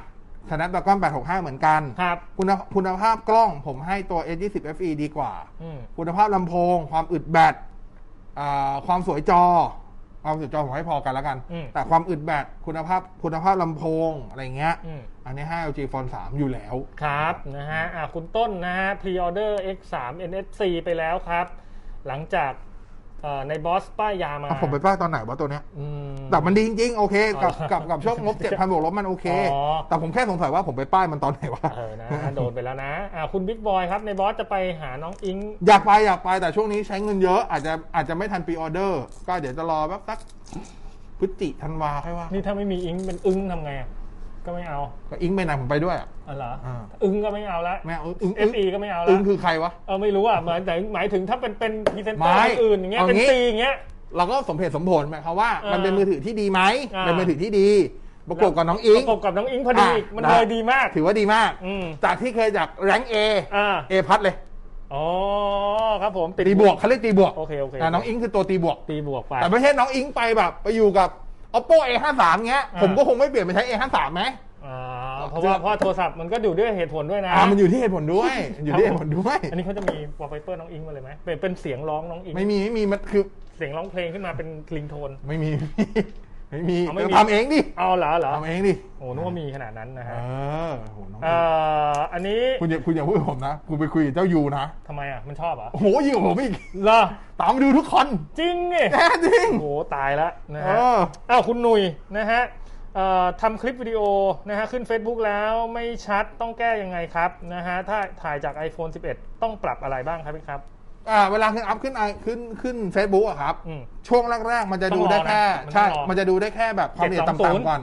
Speaker 3: Snapdragon 865 เหมือนกัน
Speaker 4: ครับ
Speaker 3: คุณภาพคุณภาพกล้องผมให้ตัว S20 FE ดีกว่า
Speaker 4: อืม
Speaker 3: คุณภาพลำโพง ความอึดแบตอ่าความสวยจอ ความสวยจอผมให้พอกันแล้วกัน
Speaker 4: อืม
Speaker 3: แต่ความอึดแบตคุณภาพคุณภาพลำโพงอะไรเงี้ย
Speaker 4: อืม
Speaker 3: อันนี้ให้ LG Phone 3 อยู่แล้ว
Speaker 4: ครับนะฮะอ่ะคุณต้นนะฮะ pre order X3 NFC ไปแล้วครับ หลังจากเอ่อในบอสป้ายยามา
Speaker 3: อ่ะผมไปป้ายตอนไหนวะตัวเนี้ย
Speaker 4: อืม
Speaker 3: แต่มันดีจริงๆ โอเค กับ
Speaker 4: อ๋อ
Speaker 3: กับกับช่วง งบเจ็ดพันบวกลบมันโอเค
Speaker 4: อ๋อ
Speaker 3: แต่ผมแค่สงสัยว่าผมไปป้ายมันตอนไหนวะ
Speaker 4: เออนะโดนไปแล้วนะอ่าคุณบิ๊กบอยครับ ในบอสจะไปหาน้องอิง
Speaker 3: อยากไปอยากไปแต่ช่วงนี้ใช้เงินเยอะอาจจะอาจจะไม่ทันปีออเดอร์ ก็เดี๋ยวจะรอแบบสักพฤศจิธันวาค่อยว่า
Speaker 4: นี่ถ้าไม่มีอิงเป็นอึ้งทำไงอ่ะ ก็ ก็ไม่เอา
Speaker 3: ก็อิงไปไหนผมไปด้วยอะ
Speaker 4: อ๋อเหรอ
Speaker 3: อ่า
Speaker 4: อึ้งก็ไม่เอาละ
Speaker 3: ไม่เอาอิง
Speaker 4: FE ก็ไม่เอา
Speaker 3: อิ
Speaker 4: ละ
Speaker 3: งคือใครวะ
Speaker 4: เออไม่รู้อ่ะหมายแต่หมายถึงถ้าเป็นเป็นพรีเซนเตอร์
Speaker 3: ไม่
Speaker 4: คนอื่นอย่างเงี้ย
Speaker 3: เอา
Speaker 4: เป็น
Speaker 3: งี้
Speaker 4: ซีอย่างเงี้ย
Speaker 3: เราก็สมเหตุสมผลหมายความว่า
Speaker 4: เออ
Speaker 3: มันเป็นมือถือที่ดีไหม
Speaker 4: อ่า
Speaker 3: เป็นมือถือที่ดี ประกบกับน้องอิ
Speaker 4: ป
Speaker 3: ง
Speaker 4: ระกบกับน้องอิงพอดี
Speaker 3: อ่ะ
Speaker 4: อีกมัน
Speaker 3: ได้
Speaker 4: เลยดีมาก
Speaker 3: ถือว่าดีมาก
Speaker 4: อืม
Speaker 3: จากที่เคยจากแรงเอ
Speaker 4: อ่า
Speaker 3: เอพัดเลย
Speaker 4: อ๋อครับผม
Speaker 3: ตีบวกเขาเรียกตีบวก
Speaker 4: โอเคโอเค
Speaker 3: อ่ะน้องอิงคือตัวตีบวก
Speaker 4: ตีบวกไป
Speaker 3: แต่ไม่ใช่น้องอิงไปแบบ ไปอยู่กับ oppo a 5 3เงี้ย
Speaker 4: อ่า
Speaker 3: ผมก็คงไม่เปลี่ยนไปใช้ a 5 3ไหม
Speaker 4: อ่าเพราะว่าเพราะโทรศัพท์มันก็อยู่ด้วยเหตุผลด้วยนะ
Speaker 3: อ่ามันอยู่ที่เหตุผลด้วย อยู่ที่เหตุผลด้วย
Speaker 4: อันนี้เขาจะมีวอลเปเปอร์น้องอิงมาเลยไหมเป็นเป็นเสียงร้องน้องอิง
Speaker 3: ไม่มีไม่มีมันคือ
Speaker 4: เสียงร้องเพลงขึ้นมาเป็นคลิงโทน
Speaker 3: ไม่มี ไม่มี
Speaker 4: เอาไม่มี
Speaker 3: ทำเองดิ
Speaker 4: เอาเหรอเหรอ
Speaker 3: ทำเองดิ
Speaker 4: โอ้นึกว่ามีขนาดนั้นนะ
Speaker 3: เอ
Speaker 4: ฮะ
Speaker 3: อโหน้อง
Speaker 4: เอ่ออันนี้
Speaker 3: คุณอย่าคุณอย่าพูดกับผมนะคุณไปคุยกับเจ้ายูนะ
Speaker 4: ทำไมอ่ะมันชอบเหรอ่ะ
Speaker 3: โอ้โหยิ่งกว่าผมอีก
Speaker 4: เหรอ
Speaker 3: ตามไปดูทุกคน
Speaker 4: จริงนี่
Speaker 3: แน่จริง
Speaker 4: โอ้โหตายละนะ
Speaker 3: เอ
Speaker 4: ฮะ
Speaker 3: อ
Speaker 4: อ้าวคุณหนุยนะฮะเอ่อทำคลิปวิดีโอนะฮะขึ้น Facebook แล้วไม่ชัดต้องแก้ยังไงครับนะฮะถ้าถ่ายจาก iPhone 11 ต้องปรับอะไรบ้างครับพี่ครับ
Speaker 3: อ่าเวลาขึ้นอัพขึ้นไอขึ้นขึ้นเฟซบุ๊กอะครับ
Speaker 4: อืม
Speaker 3: ช่วงแรก ๆ มันจะดูได้แค่
Speaker 4: ต้องรอนะ
Speaker 3: ใช่
Speaker 4: มันต้องรอ
Speaker 3: มันจะดูได้แค่แบบความละเอียด
Speaker 4: 720
Speaker 3: ต่ำๆก่อน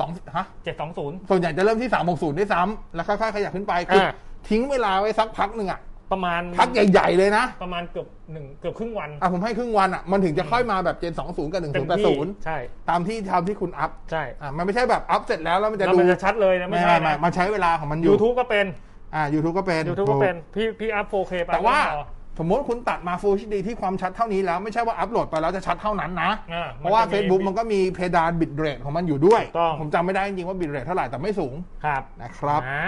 Speaker 3: สองฮะ
Speaker 4: 720
Speaker 3: ส่วนใหญ่จะเริ่มที่ 360 ด้วยซ้ำแล้วค่อยๆขยับขึ้นไปคืออา ทิ้งเวลาไว้สักพักหนึ่งอ่ะ
Speaker 4: ประมาณ
Speaker 3: พักใหญ่ ๆ เลยนะ
Speaker 4: ประมาณเกือบหนึ่งเกือบครึ่งวัน
Speaker 3: อ่ะผมให้ครึ่งวันอ่ะ มันถึงจะค่อยมาแบบเจน20 กับ
Speaker 4: เต็มที่
Speaker 3: 1080
Speaker 4: ใช่
Speaker 3: ตามที่ทำที่คุณอัพ
Speaker 4: ใช่
Speaker 3: อ่ะมันไม่ใช่แบบอัพเสร็จแล้วแล้วมันจะ
Speaker 4: แล้ว
Speaker 3: ดู
Speaker 4: มันจะชัดเลยนะ ไม่
Speaker 3: ไม่
Speaker 4: ใช่
Speaker 3: ไม่ไม่
Speaker 4: นะ
Speaker 3: มันใช้เวลาของมันอยู่
Speaker 4: YouTube ก็เป็น
Speaker 3: อ่า YouTube ก็เป็น
Speaker 4: YouTube ก็เป็น พี่พี่อัพ 4K ไป
Speaker 3: แต่ว่า
Speaker 4: ไม่พอ
Speaker 3: สมมติคุณตัดมา Full HD ที่ความชัดเท่านี้แล้วไม่ใช่ว่าอัพโหลดไปแล้วจะชัดเท่านั้นนะ
Speaker 4: อ่า
Speaker 3: เพราะว่า
Speaker 4: มันจะมี
Speaker 3: Facebook มันก็มีเพดานบิตเรทของมันอยู่ด้วย
Speaker 4: ถูกต้อง
Speaker 3: ผมจำไม่ได้จริงๆว่าบิตเรทเท่าไหร่แต่ไม่สูง
Speaker 4: ครับ
Speaker 3: นะครับ
Speaker 4: นะ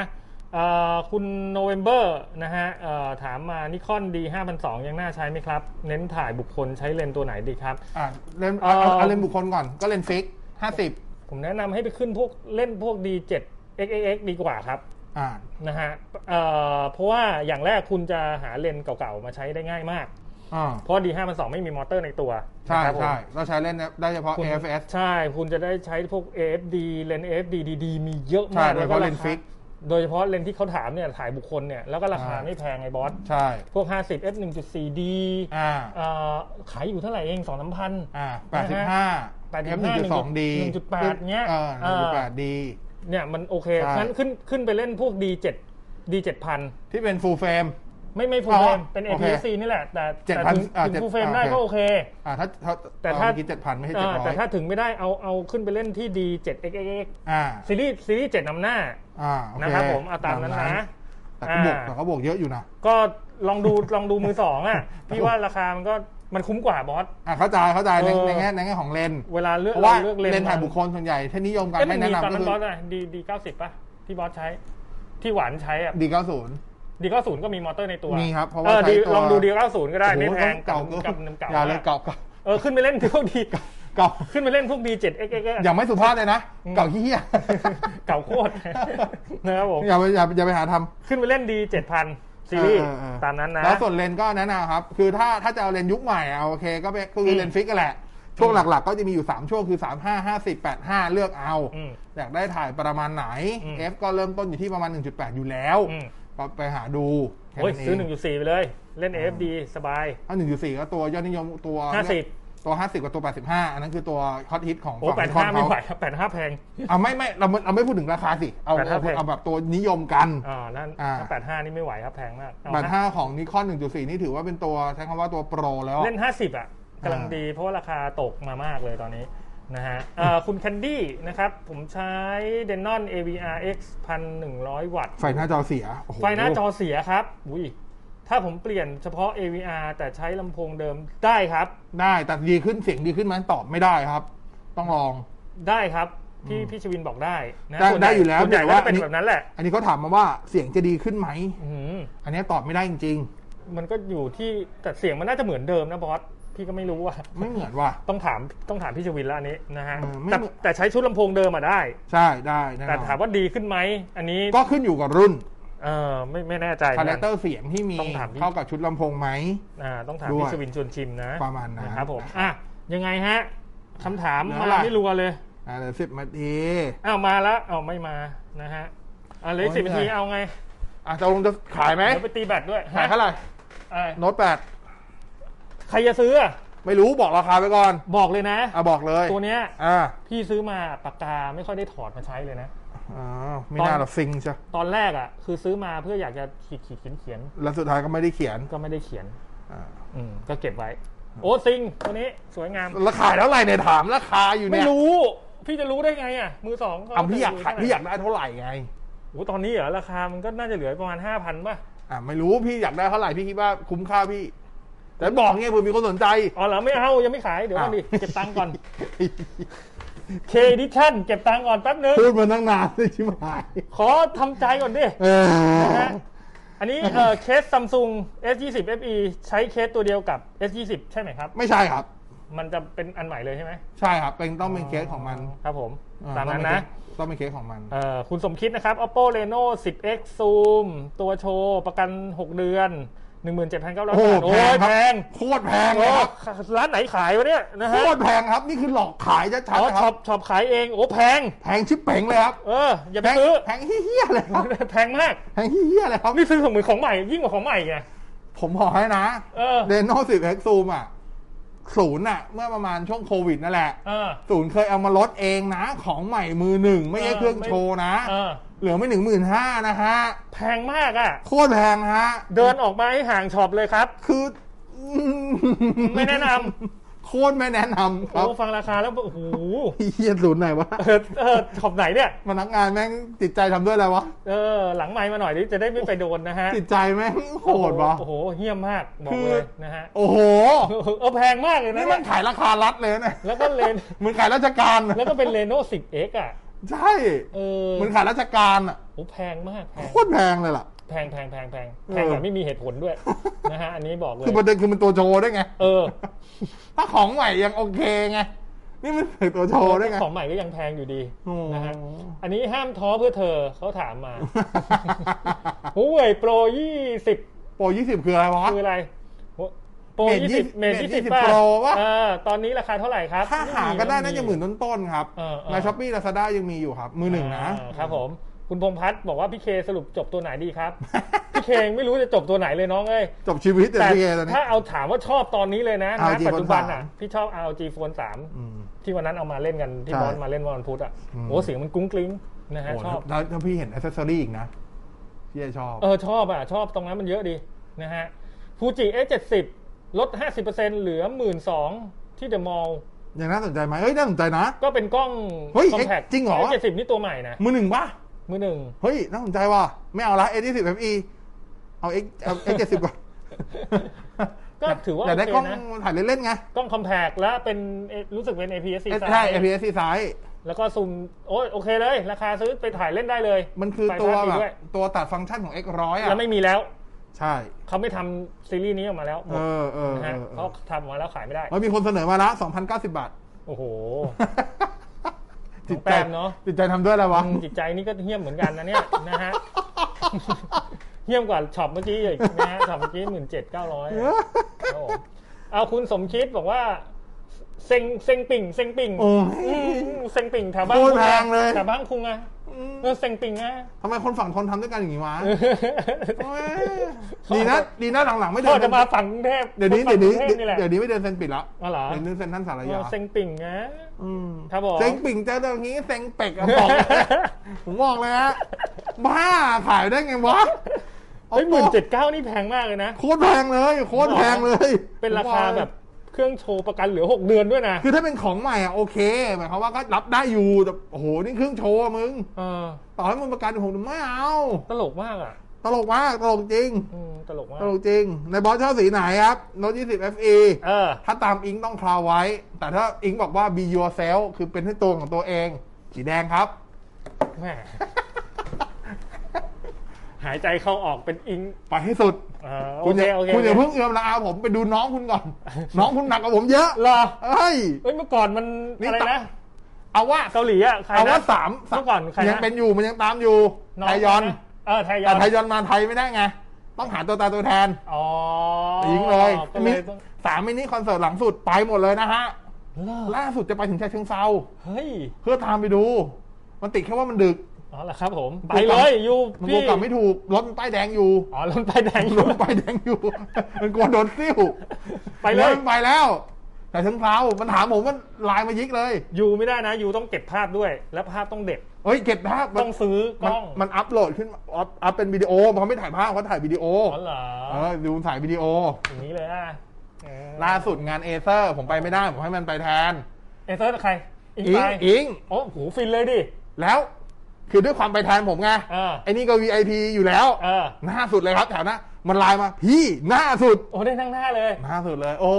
Speaker 4: เอ่อคุณโนเวมเบอร์นะฮะเอ่อถามมานิคอนดี5 0 0 ยังน่าใช้ไหมครับ เน้นถ่ายบุคคลใช้เลนส์ตัวไหนดีครับ
Speaker 3: อ่าเล่นเอาเอา
Speaker 4: เอ่อ
Speaker 3: เอาเล่นบุคคลก่อนก็เล่นฟิกห้าสิบ
Speaker 4: ผมแนะนำให้ไปขึ้นพวกเล่นพวก D7 XAX ดีกว่าครับ
Speaker 3: อ่า
Speaker 4: นะฮะเอ่อเพราะว่าอย่างแรกคุณจะหาเลนส์เก่าๆ มาใช้ได้ง่ายมาก
Speaker 3: อ่า
Speaker 4: เพราะ D5 0 0ไม่มีมอเตอร์ในตัว
Speaker 3: ใช่
Speaker 4: นะครับผม
Speaker 3: ใช่เราใช้เล่นได้เฉพาะ
Speaker 4: คุณ
Speaker 3: AFS
Speaker 4: ใช่ คุณจะได้ใช้พวก AFD เลนส์ AFD ดีๆมีเยอะ
Speaker 3: ใช่
Speaker 4: มาก
Speaker 3: โดยเฉพาะ
Speaker 4: แว
Speaker 3: เลนส์ฟิก
Speaker 4: โดยเฉพาะเลนส์ที่เขาถามเนี่ยถ่ายบุคคลเนี่ยแล้วก็ราคา
Speaker 3: อ่า
Speaker 4: ไม่แพงไงบอส
Speaker 3: ใช่
Speaker 4: พวก 50 f 1.4d
Speaker 3: อ่า
Speaker 4: เอ่อขายอยู่เท่าไหร่เอง2 3 0 0พัน
Speaker 3: อ่าแปดสิบห้า
Speaker 4: 85
Speaker 3: เอ็มหนึ่งจุดสองดี
Speaker 4: 1.8เงี้ย
Speaker 3: เออหนึ่งจุดแปด
Speaker 4: เออ
Speaker 3: ดี
Speaker 4: เนี่ยมันโอเค
Speaker 3: ใช่
Speaker 4: งั้นขึ้นขึ้นไปเล่นพวก d7 d7000
Speaker 3: ที่เป็น full frame
Speaker 4: ไม่ไม่ฟูล
Speaker 3: อ๋อ
Speaker 4: เฟรมเป็น
Speaker 3: โอเค
Speaker 4: APS-C นี่แหละ แต่แต่
Speaker 3: 7,000
Speaker 4: ถึง
Speaker 3: อ่า
Speaker 4: ถึง
Speaker 3: 7,000
Speaker 4: ฟูลเฟรม
Speaker 3: อ่า
Speaker 4: ได้ก็
Speaker 3: โอ
Speaker 4: โอ
Speaker 3: เค
Speaker 4: เค
Speaker 3: อ่าถ้าถ้า
Speaker 4: แต่ถ้า
Speaker 3: เมื่อกี้เจ็ดพันไม่ใช่เจ็ด
Speaker 4: อ่า
Speaker 3: ร้อ
Speaker 4: แต่
Speaker 3: ย
Speaker 4: ถ้าถึงไม่ได้เอาเอาขึ้นไปเล่นที่ d7xx
Speaker 3: อ่า
Speaker 4: ซีรีส์ซีรีส์7นำหน้า
Speaker 3: อ่าโอเ
Speaker 4: นะครับผมเอาตามนั้นนะ
Speaker 3: แต่ก็บวก
Speaker 4: อ่า
Speaker 3: แต่ก็บวกเยอะอยู่นะ
Speaker 4: ก็ลองดูลองดูมือสอง อ่ะพี่ว่าราคามันก็มันคุ้มกว่าบอส
Speaker 3: อ่าเข้าใจเข้าใจใน
Speaker 4: เออ
Speaker 3: ในแง่ในแง่ของเลนส์
Speaker 4: เวลาเลือก
Speaker 3: เพราะว่า
Speaker 4: เลือกเลน
Speaker 3: เลนส์ถ่าย
Speaker 4: ม
Speaker 3: บุคคลส่วนใหญ่ที่นิยมกัน
Speaker 4: เอ้ยมั
Speaker 3: ไม่
Speaker 4: น
Speaker 3: แนะ
Speaker 4: มีตอน
Speaker 3: นำก็
Speaker 4: นั้น
Speaker 3: คือบ
Speaker 4: อสอะดีดีเก้าสิบป่ะ ที่บอสใช้ ที่หวานใช้อ่ะ
Speaker 3: ดีเก้าศูนย์
Speaker 4: ดีเก้าศูนย์ก็มีมอเตอร์ในตัว
Speaker 3: มีครับเพราะว่า
Speaker 4: ออ
Speaker 3: ใช้
Speaker 4: ดี
Speaker 3: ตัว
Speaker 4: ลองดูดีเก้าศูนย์ก็ได้ไม่แพง
Speaker 3: เก่า
Speaker 4: กับกับน้ำเก่า
Speaker 3: อย่าเลยเก่าเก่า
Speaker 4: เออขึ้นไปเล่นพวกดี
Speaker 3: เก่า
Speaker 4: ขึ้นไปเล่นพวกดีเจ็ดเอ็กเอ็ก
Speaker 3: อย่างไม่สุภาพเลยนะ เก่าเฮี้ย
Speaker 4: เก่าโคตร นะครับผม
Speaker 3: อย่าไปอย่าอย่าไปหาทำ
Speaker 4: ขึ้นไปเล่นดีเจ็ดพันซีรีส์
Speaker 3: เออเออเออ
Speaker 4: ตามนั้นนะ
Speaker 3: แล้วส่วนเลนส์ก็แนะนำครับ คือถ้าถ้าจะเอาเลนส์ยุคใหม่เอาโอเคก็เป็นก็คือเลนส์ฟิกกันแหละ ช่วงหลักๆ ก็จะมีอยู่ 3 ช่วงคือ 3 5 5 0 8 5 เลือกเอา
Speaker 4: อืม
Speaker 3: อยากได้ถ่ายประมาณไหน
Speaker 4: อืม
Speaker 3: F ก็เริ่มต้นอยู่ที่ประมาณ 1.8 อยู่แล้ว
Speaker 4: อืม
Speaker 3: ก็ไปหาดูแค่
Speaker 4: โอ้ย
Speaker 3: นั้นเ
Speaker 4: ซื้อหนึ่งสี่ไปเลย เล่นเอฟดีสบาย
Speaker 3: ถ้าหนึ่งจุดสี่ก็ตัวยอดนิยมตัว
Speaker 4: ห้าสิบ
Speaker 3: ตัวห้าสิบกับตัวแปดสิบห้าอันนั้นคือตัวฮอตฮิตของ
Speaker 4: โอ้
Speaker 3: ฝั่งนิ
Speaker 4: แปด
Speaker 3: คอน
Speaker 4: ห้าไม่
Speaker 3: เขา
Speaker 4: ไหวแปดห้าแพง
Speaker 3: เอาไม่ไม่เราเราไม่พูดถึงราคาสิ เอา
Speaker 4: แปด
Speaker 3: เอา
Speaker 4: ห้าแพง
Speaker 3: เอาแบบตัวนิยมกัน
Speaker 4: อ่านั่น
Speaker 3: อ่า
Speaker 4: ถ้าแปดห้านี่ไม่ไหวครับแพงมากเอ
Speaker 3: แปด
Speaker 4: นะ
Speaker 3: ห้าของนิคอนหนึ่งจุดสี่นี่ถือว่าเป็นตัวใช้คำว่าตัวโปรแล้ว
Speaker 4: เล่น 50 อ่ะกำลังดีเพราะว่าราคาตกมามากเลยตอนนี้นะฮะเอ่อคุณแคนดี้นะครับ ผมใช้ Denon AVRX 1,100 วัตต์
Speaker 3: ไฟหน้าจอเสียโอ้โ
Speaker 4: ไฟหน้าจอเสียครับอุ้ยถ้าผมเปลี่ยนเฉพาะ AVR แต่ใช้ลำโพงเดิมได้ครับ
Speaker 3: ได้แต่ดีขึ้นเสียงดีขึ้นไหมตอบไม่ได้ครับ ต้องลอง
Speaker 4: ได้ครับ พี่พี่ชวินบอกได้นะ
Speaker 3: ได้
Speaker 4: ส่นใหญ่
Speaker 3: ได้อยู่แล้ว
Speaker 4: ส่วนใหญ่
Speaker 3: แต่
Speaker 4: ว่า
Speaker 3: ว่า
Speaker 4: เป็นแบบนั้นแหละ
Speaker 3: อันนี้เขาถามมาว่าเสียงจะดีขึ้นไหม
Speaker 4: อื้อหือ
Speaker 3: อันนี้ตอบไม่ได้จริง
Speaker 4: มันก็อยู่ที่แต่เสียงมันน่าจะเหมือนเดิมนะบอสพี่ก็ไม่รู้ว่า
Speaker 3: ๆ ไม่เหมือนว่ะ
Speaker 4: ต้องถามต้องถามพี่ชวินละอันนี้นะฮะ
Speaker 3: เออไม่
Speaker 4: แต่
Speaker 3: เหมือน
Speaker 4: แต่ใช้ชุดลำโพงเดิมอะได้
Speaker 3: ใช่ได้แน่นอน
Speaker 4: แต่ถามว่าดีขึ้นไหมอันนี้
Speaker 3: ก็ขึ้นอยู่กับรุ่น
Speaker 4: เออไม่ไม่แน่ใจ
Speaker 3: คาแรคเตอ
Speaker 4: หมืน
Speaker 3: ร์เสียงที่มี
Speaker 4: ต้องถามพี่
Speaker 3: เข้ากับชุดลำโพงไหม
Speaker 4: กันอ่าต้องถาม
Speaker 3: ด้วย
Speaker 4: พี่ชวินชวนชิมนะ
Speaker 3: ประมาณนั้น
Speaker 4: ครับผมอ่ะยังไงฮะคำถาม
Speaker 3: แล้ว
Speaker 4: มา
Speaker 3: ล่ะ
Speaker 4: ไม่รัวเลย
Speaker 3: อ่าเดี๋ยวสิบนาที
Speaker 4: อ้าวมาแล้วอ้าวไม่มานะฮะอ่ะเหลย
Speaker 3: โอ้ย
Speaker 4: สิบนาที
Speaker 3: เหนื่อย
Speaker 4: เอาไง
Speaker 3: อ่ะจะลงจะขายไหม
Speaker 4: เดี๋ยวไปตีแบตด้วย
Speaker 3: ขาย
Speaker 4: ฮะ
Speaker 3: เท่าไหร่
Speaker 4: อ่ะ
Speaker 3: โน้ตแปด
Speaker 4: ใครจะซื้ออ่ะ
Speaker 3: ไม่รู้บอกราคาไปก่อน
Speaker 4: บอกเลยนะ
Speaker 3: อ่ะบอกเลย
Speaker 4: ตัวเนี้ย
Speaker 3: อ่า
Speaker 4: พี่ซื้อมาปากกาไม่ค่อยได้ถอดมาใช้เลยนะ
Speaker 3: โอ้โห อ๋อไม่น่าหรอกซิงใช่
Speaker 4: ตอนแรกอ่ะ คือซื้อมาเพื่ออยากจะขีดขีดเขียนเขียน
Speaker 3: แล้วสุดท้ายก็ไม่ได้เขียน
Speaker 4: ก็ไม่ได้เขียน
Speaker 3: อ่า
Speaker 4: อืมก็เก็บไว้ โอ้ซิงตัวนี้สวยงาม
Speaker 3: แล้วขายเท่าไหร่เนี่ยถามราคาอยู่
Speaker 4: ไม่
Speaker 3: เนี่ย
Speaker 4: รู้ พี่จะรู้ได้ไงอ่ะ มือสองเข
Speaker 3: เอาพี่อยาก
Speaker 4: จะ
Speaker 3: ขายพี่อยากได้เท่าไหร่ไง
Speaker 4: โอ้ตอนนี้เหรอราคามันก็น่าจะเหลือประมาณห้าพันป่ะ
Speaker 3: อ่าไม่รู้พี่อยากได้เท่าไหร่พี่คิดว่าคุ้มค่าพี่ แต่บอกเงี้ยเผื่อมีคนสนใจ
Speaker 4: อ๋อเหรอไม่เอายังไม่ขายเดี๋ยวมันดิ
Speaker 3: อ้าว
Speaker 4: เก็บตังค์ก่อนเคดิชั่นเก็บตังค์ก่อนแป๊บนึง
Speaker 3: พูดมาตั้งน านเลยชิบหาย
Speaker 4: ขอทำใจก่อนดิ
Speaker 3: เออ
Speaker 4: นะฮะอันนี้เอ่อเคสซัมซุง S20 FE ใช้เคสตัวเดียวกับ S20 ใช่ไหมครับ
Speaker 3: ไม่ใช่ครับ
Speaker 4: มันจะเป็นอันใหม่เลยใช่ไหม
Speaker 3: ใช่ครับ เป็นต้องเป็นเคสของมัน
Speaker 4: ครับผม
Speaker 3: อ่
Speaker 4: ตามนั้นนะ
Speaker 3: ต้องเป็นเคสของมัน
Speaker 4: เอ่อคุณสมคิดนะครับ oppo reno 10x zoom ตัวโชว์ ประกัน 6 เดือน 17,900บาท
Speaker 3: โอ้
Speaker 4: โอ้ย
Speaker 3: แพ
Speaker 4: แพ
Speaker 3: งครับ
Speaker 4: ง
Speaker 3: โคตรแพงเล
Speaker 4: โอ้
Speaker 3: ยครับ
Speaker 4: ร้านไหนขายวะเนี่ยนะ
Speaker 3: โค
Speaker 4: ฮะ
Speaker 3: ตรแพงครับนี่คือหลอกขายชัด
Speaker 4: อ๋อ
Speaker 3: ๆค
Speaker 4: ช็อ
Speaker 3: รับ
Speaker 4: ปช็อปขายเอง โอ้แพง
Speaker 3: แพงชิบเป๋งเลยครับ
Speaker 4: เออ อย่า
Speaker 3: แพ
Speaker 4: ไป
Speaker 3: ง
Speaker 4: ซื้อ
Speaker 3: แพงเฮี้ยๆเลยค รับ
Speaker 4: แพงมาก
Speaker 3: แพงเฮี้ยๆเลยครับ
Speaker 4: นี่ซื้อของเหมือนของใหม่ ยิ่งกว่าของใหม่ไง
Speaker 3: ผมบอกให้นะ
Speaker 4: เออ
Speaker 3: เรโน่สิบเอ็กซูมอ่ะศูนย์อ่ะ เมื่อประมาณช่วงโควิดนั่นแหละ
Speaker 4: เออ
Speaker 3: ศูนย์เคยเอามาลดเองนะ ของใหม่มือหนึ่ง ไม่ใช่
Speaker 4: เออ
Speaker 3: เครื่องโชว์นะ
Speaker 4: เออ
Speaker 3: เหลือไม่หนึ่งหมื่นห้านะฮะ
Speaker 4: แพงมากอ่ะ
Speaker 3: โคตรแพงฮะ
Speaker 4: เดินออกมาให้ห่างช็อปเลยครับ
Speaker 3: คือ
Speaker 4: ไม่แนะนำ
Speaker 3: โคตรไม่แนะนำค
Speaker 4: โอ้
Speaker 3: รับ
Speaker 4: ฟังราคาแล้วโอ้โห
Speaker 3: เฮียศูนย์ไหนวะ
Speaker 4: เออเออช็อปไหนเนี่ย
Speaker 3: พนักงานแม่งจิตใจทำด้วยอะไรวะ
Speaker 4: เออ หลังไมค์มาหน่อยดิจะได้ไม่ไปโดนนะฮะ
Speaker 3: จิตใจแม่งโหดวะ
Speaker 4: โอ้โห เหี้ยมมาก บอก
Speaker 3: คือ
Speaker 4: เลยนะฮะ
Speaker 3: โอ้โห
Speaker 4: เออเออแพงมากเลยนะ
Speaker 3: นี่
Speaker 4: เนี่
Speaker 3: มัน
Speaker 4: ย
Speaker 3: ขายราคารัดเลยนะ
Speaker 4: แล้วก็เลน
Speaker 3: เหมือนขายราชการ
Speaker 4: แล้วก็เป็นเลโน่ 10x อ่ะ
Speaker 3: ใช่
Speaker 4: เออ
Speaker 3: เหมือนขายราชการอ่ะ
Speaker 4: โอ้แพงมาก แพง
Speaker 3: โคตรแพงเลยล่ะ
Speaker 4: แพงแพงแพงแพง
Speaker 3: เออ
Speaker 4: แพงแบบไม่มีเหตุผล ด้วย นะฮะ อันนี้บอกเลย
Speaker 3: คือประเด็นคือมันตัวโชว์ได้วยไง
Speaker 4: เออ
Speaker 3: ถ้าของใหม่ยังโอเคไง นี่มันเป็นตัวโชว์ได้วยไง
Speaker 4: ของใหม่ก็ยังแพงอยู่ดี
Speaker 3: โอ้
Speaker 4: นะฮะ อันนี้ห้ามท้อเพื่อเธอเขาถาม มาหูเว่ยโปร 20
Speaker 3: โปรยี่สิบคืออะไรวะ
Speaker 4: คืออะไร โปร
Speaker 3: Mate
Speaker 4: 20
Speaker 3: Mate
Speaker 4: 20
Speaker 3: 20
Speaker 4: ป่ะ
Speaker 3: Pro วะ
Speaker 4: เออตอนนี้ราคาเท่าไหร่ครับ
Speaker 3: ถ้าหาก็ได้น่าจะหมื่น
Speaker 4: ไ
Speaker 3: ต้นๆครับ
Speaker 4: เออเออ
Speaker 3: ในช้อปปี้ลาซาด้ายังมีอยู่ครับ มือหนึ่งนะ
Speaker 4: อ่าครับผม คุณพงษ์พัฒน์บอกว่าพี่เคสรุปจบตัวไหนดี ครับ พี่เคยังไม่รู้จะจบตัวไหนเลยน้องเอ้ย
Speaker 3: จบชีวิตแต่
Speaker 4: แต่
Speaker 3: พี่เอตอนนี้
Speaker 4: ถ้าเอาถามว่าชอบตอนนี้เลยนะณ
Speaker 3: RG
Speaker 4: ปัจจุบันอ่ะ
Speaker 3: Phone 3
Speaker 4: พี่ชอบ RG Phone 3
Speaker 3: อืม
Speaker 4: ที่วันนั้นเอามาเล่นกันที่
Speaker 3: ใช่
Speaker 4: บอสมาเล่นวันพุธอ่ะ
Speaker 3: อืม
Speaker 4: โอ้เสียงมันกุ้งกลิ้งนะฮะ
Speaker 3: โอ้
Speaker 4: ชอบ
Speaker 3: แล้วถ้าพี่เห็นอ c เซสซอรี่อีกนะ พี่จะชอบ
Speaker 4: เออชอบอ่ะ ชอบตรงนั้นมันเยอะดีนะฮะฟูจิ A70 ลด 50%เหลือ 1 2 0 0 0ที่เดอะมอลล์
Speaker 3: ยังน่าสนใจไหมเอ้ย น่าสนใจนะ
Speaker 4: ก็เป็นกล้อง
Speaker 3: เฮ้ย
Speaker 4: คอมแพค
Speaker 3: จริงเหรอ
Speaker 4: A70 นี่ตัวใหม่นะ
Speaker 3: มือหนึ่งปะ
Speaker 4: มือหนึ่ง
Speaker 3: เฮ้ย น่าสนใจว่ะ ไม่เอาละเอที่สิบเอฟีเอาเอ็กเอ็กเจ็ดสิบก่อน
Speaker 4: ก็ถือว่า
Speaker 3: แต่ได้
Speaker 4: โอเค
Speaker 3: กล้อง
Speaker 4: นะ
Speaker 3: ถ่ายเล่นๆไง
Speaker 4: กล้องคอมแพคและเป็นเอ่อรู้สึกเป็น APS-C
Speaker 3: ใช่
Speaker 4: size
Speaker 3: APS-C ซ้าย
Speaker 4: แล้วก็ซูมโอ้ยโอเคเลย ราคาซื้อไปถ่ายเล่นได้เลย
Speaker 3: มันคือ
Speaker 4: ไฟ
Speaker 3: ตัว
Speaker 4: ฟ้าดี
Speaker 3: แบบ
Speaker 4: ด้วย
Speaker 3: ตัวตัดฟังก์ชันของ X100 อ่ะ
Speaker 4: แล้วไม่มีแล้ว
Speaker 3: ใช่
Speaker 4: เขาไม่ทำซีรีส์นี้ออกมาแล้วหม
Speaker 3: เอ
Speaker 4: ด
Speaker 3: อเออ
Speaker 4: นะ
Speaker 3: เอ
Speaker 4: ฮะ
Speaker 3: อเอ
Speaker 4: เขา
Speaker 3: อ
Speaker 4: ทำออกมาแล้วขายไม่ได้
Speaker 3: เฮ้ยมีคนเสนอมาละ2,090 บาท
Speaker 4: โอ้โห
Speaker 3: จิต
Speaker 4: แป
Speaker 3: ใจ
Speaker 4: มเนอะ
Speaker 3: จิตใจทำด้วยอะไรวะ
Speaker 4: จิตใจนี่ก็เหี้ยมเหมือนกันนะเนี่ยนะฮะ เหี้ยมกว่าช็อปเมื่อกี้อีกนะฮะช็อปเมื่อกี้หมื่นเจ็ดเก้าร้อยเอาคุณสมคิดบอกว่าเซ็งเซ็งปิ่งเซ็งปิ่ง
Speaker 3: โอ้ย
Speaker 4: อืมเซ็งปิ่งแถวบ้าน
Speaker 3: โคตร
Speaker 4: คุณ
Speaker 3: แพ
Speaker 4: อะ
Speaker 3: งเลย
Speaker 4: แถวบ้านคุณอะเออเซ็งปิ่งอะ
Speaker 3: ทำไมคนฝั่งทนทำด้วยกันอย่างนี้วะโอ้ยดีนะดีนะหลังๆไม่เดิ
Speaker 4: พ่อน จะมาฝั่งกรุงเทพ
Speaker 3: เดี๋ยวนี้
Speaker 4: ฝั่
Speaker 3: เดี๋
Speaker 4: ง
Speaker 3: ยว
Speaker 4: ก
Speaker 3: นี้
Speaker 4: รุงเทพนี่แหละ
Speaker 3: เดี๋ยวนี้ไม่เดินเซนปิดละ
Speaker 4: อ๋อเหรอ
Speaker 3: เดี๋ยวนี้เซนนั่นสารยา
Speaker 4: เออเซ็งติ่งนะ
Speaker 3: อืม
Speaker 4: ครับผม
Speaker 3: เซงปิ่งเจ้าเรื่องนี้เซงเป็กอะ บอกผมบอกเลยฮะบ้าขายได้ไงวะ
Speaker 4: เฮ้ยหมื่นเจ็ดเก้านี่แพงมากเลยนะ
Speaker 3: โคตรแพงเลยโคตรแพงเลย
Speaker 4: เป็นราคาแบบเครื่องโชว์ประกันเหลือหกเดือนด้วยนะ
Speaker 3: คือถ้าเป็นของใหม่อะโอเคหมายความว่าก็รับได้อยู่แต่โอ้โหนี่เครื่องโชว์อะมึง
Speaker 4: เออ
Speaker 3: ต่อให้มึงประกันผมไม่เอา
Speaker 4: ตลกมากอ่ะ
Speaker 3: ตลกมากตลกจริง
Speaker 4: อืมตลกมาก
Speaker 3: ตลกจริง ในบอสชอบสีไหนครับโน้ต20 FE
Speaker 4: เออ
Speaker 3: ถ้าตามอิงต้องคลาวไว้ แต่ถ้าอิงบอกว่า be yourself คือเป็นให้ตัวของตัวเอง สีแดงครับ
Speaker 4: แหมหายใจเข้าออกเป็นอิง
Speaker 3: ไปให้สุด
Speaker 4: เออโอ
Speaker 3: คุณอ
Speaker 4: เค
Speaker 3: ย่า
Speaker 4: โอเค
Speaker 3: คุณอย่าเพิ่งเอือมละอาผมไปดูน้องคุณ ก่อน น้องคุณหนักกว่าผมเยอะ
Speaker 4: รอ
Speaker 3: เอ้ย
Speaker 4: เอ้ยเมื่อก่อนมัน
Speaker 3: นี่
Speaker 4: อะไร
Speaker 3: ตัด
Speaker 4: นะ
Speaker 3: เอาว่า
Speaker 4: เกาหลีอ่ะใคร
Speaker 3: เอาว่า
Speaker 4: นะ
Speaker 3: สามสาม
Speaker 4: เมื่อก่อนใครนะ
Speaker 3: ยังเป็นอยู่มันยังตามอยู่
Speaker 4: ง
Speaker 3: ไทยอน
Speaker 4: ะเออไทยยอ
Speaker 3: แต่
Speaker 4: น
Speaker 3: ไทยอนมาไทยไม่ได้ไง ต้องหาตัวตายตัวแทน
Speaker 4: อ๋อ
Speaker 3: อิงเลย
Speaker 4: ก็
Speaker 3: มี
Speaker 4: เลยต้อง
Speaker 3: สามมินิคอนเสิร์ตหลังสุดไปหมดเลยนะฮะ
Speaker 4: เลิก
Speaker 3: ล่าสุดจะไปถึงชาเชิงเซา
Speaker 4: เฮ้ย
Speaker 3: เพื่อตามไปดู มันติดแค่ว่ามันดึก
Speaker 4: อ๋อเหรอครับผม
Speaker 3: มัน
Speaker 4: ไป
Speaker 3: กลัวกลับ
Speaker 4: เลยอยู่
Speaker 3: มันกลั
Speaker 4: พี่
Speaker 3: วกลับไม่ถูก รถมันป้ายแดงอยู่
Speaker 4: อ๋อรถไปแดง
Speaker 3: ร
Speaker 4: อยู่
Speaker 3: ถป้ายแดงอยู่ มันกลัวโดนซิ่ว
Speaker 4: ไปเลย
Speaker 3: มันไปแล้ว แต่ถึงเรามันถามผมว่าไลน์มายิกเลย
Speaker 4: ยูไม่ได้นะยูต้องเก็บภาพด้วย และภาพต้องเด็ด
Speaker 3: เฮ้ยเก็บภาพมัน
Speaker 4: ต้องซื้อก
Speaker 3: มัน
Speaker 4: ล้อง
Speaker 3: มันอัพโหลดขึ้นอัพอัพเป็นวิดีโอมันไม่ถ่ายภาพเขาถ่ายวิดีโอ
Speaker 4: อ๋อเหรอ
Speaker 3: เออดูถ่ายวิดีโอ
Speaker 4: อย่างนี้เลยอ่ะเออ
Speaker 3: ล่าสุดงานเอเซอร์ผมไปไม่ได้ผมให้มันไปแทน
Speaker 4: เอเซอร์ใครอิง
Speaker 3: อิ
Speaker 4: ไป
Speaker 3: งอิง
Speaker 4: โอ้โหฟินเลยดิ
Speaker 3: แล้วคือด้วยความไปแทนผมไง
Speaker 4: เออ
Speaker 3: ไอ้นี่ก็ VIP อยู่แล้ว
Speaker 4: เออ
Speaker 3: หน้าสุดเลยครับแถวหน้ามันไลน์มา พี่หน้าสุด
Speaker 4: โอ้ได้ทั้งหน้าเลย
Speaker 3: หน้าสุดเลย โอ้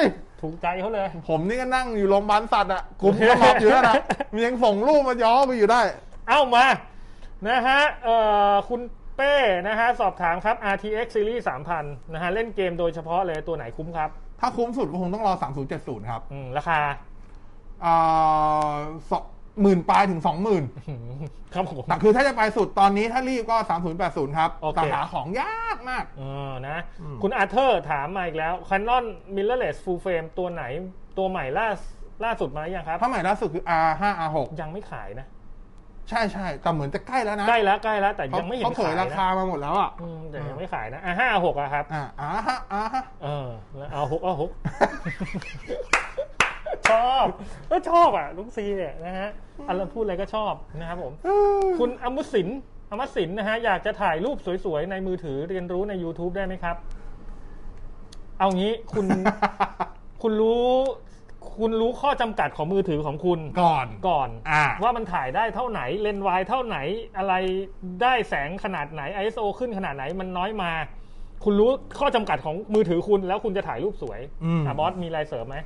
Speaker 3: ย
Speaker 4: ถูกใจเขาเลย
Speaker 3: ผมนี่ก็นั่งอยู่โรงพยาบาลสัตว์อ่ะกลุ่มก็หลับอยู่นั่นอะมันยังส่งรูปมาย้อไปอยู่ได้
Speaker 4: เอ้ามา นะฮะเอ่อคุณเป้นะฮะสอบถามครับ RTX Series 3000นะฮะเล่นเกมโดยเฉพาะเลยตัวไหนคุ้มครับ
Speaker 3: ถ้าคุ้มสุดก็คงต้องรอ 3070 ครับ
Speaker 4: อืมราคา
Speaker 3: อ่าสองหมื่นปลายถึงสองหมื่น
Speaker 4: หืมครับผม
Speaker 3: แต่คือถ้าจะไปสุดตอนนี้ถ้ารีบก็ 3080 ครับ
Speaker 4: โอเค
Speaker 3: แต่หาของยากมาก
Speaker 4: เออนะ
Speaker 3: อืม
Speaker 4: คุณอาเธอร์ถามมาอีกแล้ว Canon Mirrorless Full Frame ตัวไหนตัวใหม่ล่าล่าสุดมาหรือยังครับ
Speaker 3: ถ้าใหม่ล่าสุดคือ R5 R6
Speaker 4: ยังไม่ขายนะ
Speaker 3: ใช่ใช่แต่เหมือนจะใกล้แล้วนะ
Speaker 4: ใกล้แล้วใกล้แล้วแต่
Speaker 3: ขา
Speaker 4: ยังไม่เห็น
Speaker 3: เขาเผ
Speaker 4: ขาย ย
Speaker 3: รา
Speaker 4: นะ
Speaker 3: คามาหมดแล้วอ่ะ
Speaker 4: อืมแต่ยังไม่ขายนะอ่ะห้าหกอะครับ
Speaker 3: อ่าอ่าฮะอ่าฮะ
Speaker 4: เออแล้วเอาหกเอาหก ชอบก็ชอบอ่ะลุงซีเนี่ยนะฮะอะไรพูดอะไรก็ชอบนะครับผม คุณอมุสินอมสินนะฮะ อยากจะถ่ายรูปสวยๆ ในมือถือเรียนรู้ใน YouTube ได้ไหมครับ เอางี้คุณ คุณรู้ คุณรู้ข้อจำกัดของมือถือของคุณ
Speaker 3: ก่อน
Speaker 4: ก่อน
Speaker 3: อ่า
Speaker 4: ว่ามันถ่ายได้เท่าไหนเลนส์วายเท่าไหน อะไรได้แสงขนาดไหน ISO ขึ้นขนาดไหนมันน้อยมา คุณรู้ข้อจำกัดของมือถือคุณแล้วคุณจะถ่ายรูปสวย
Speaker 3: อืม
Speaker 4: ะบอสมีอะไรเสริมไหม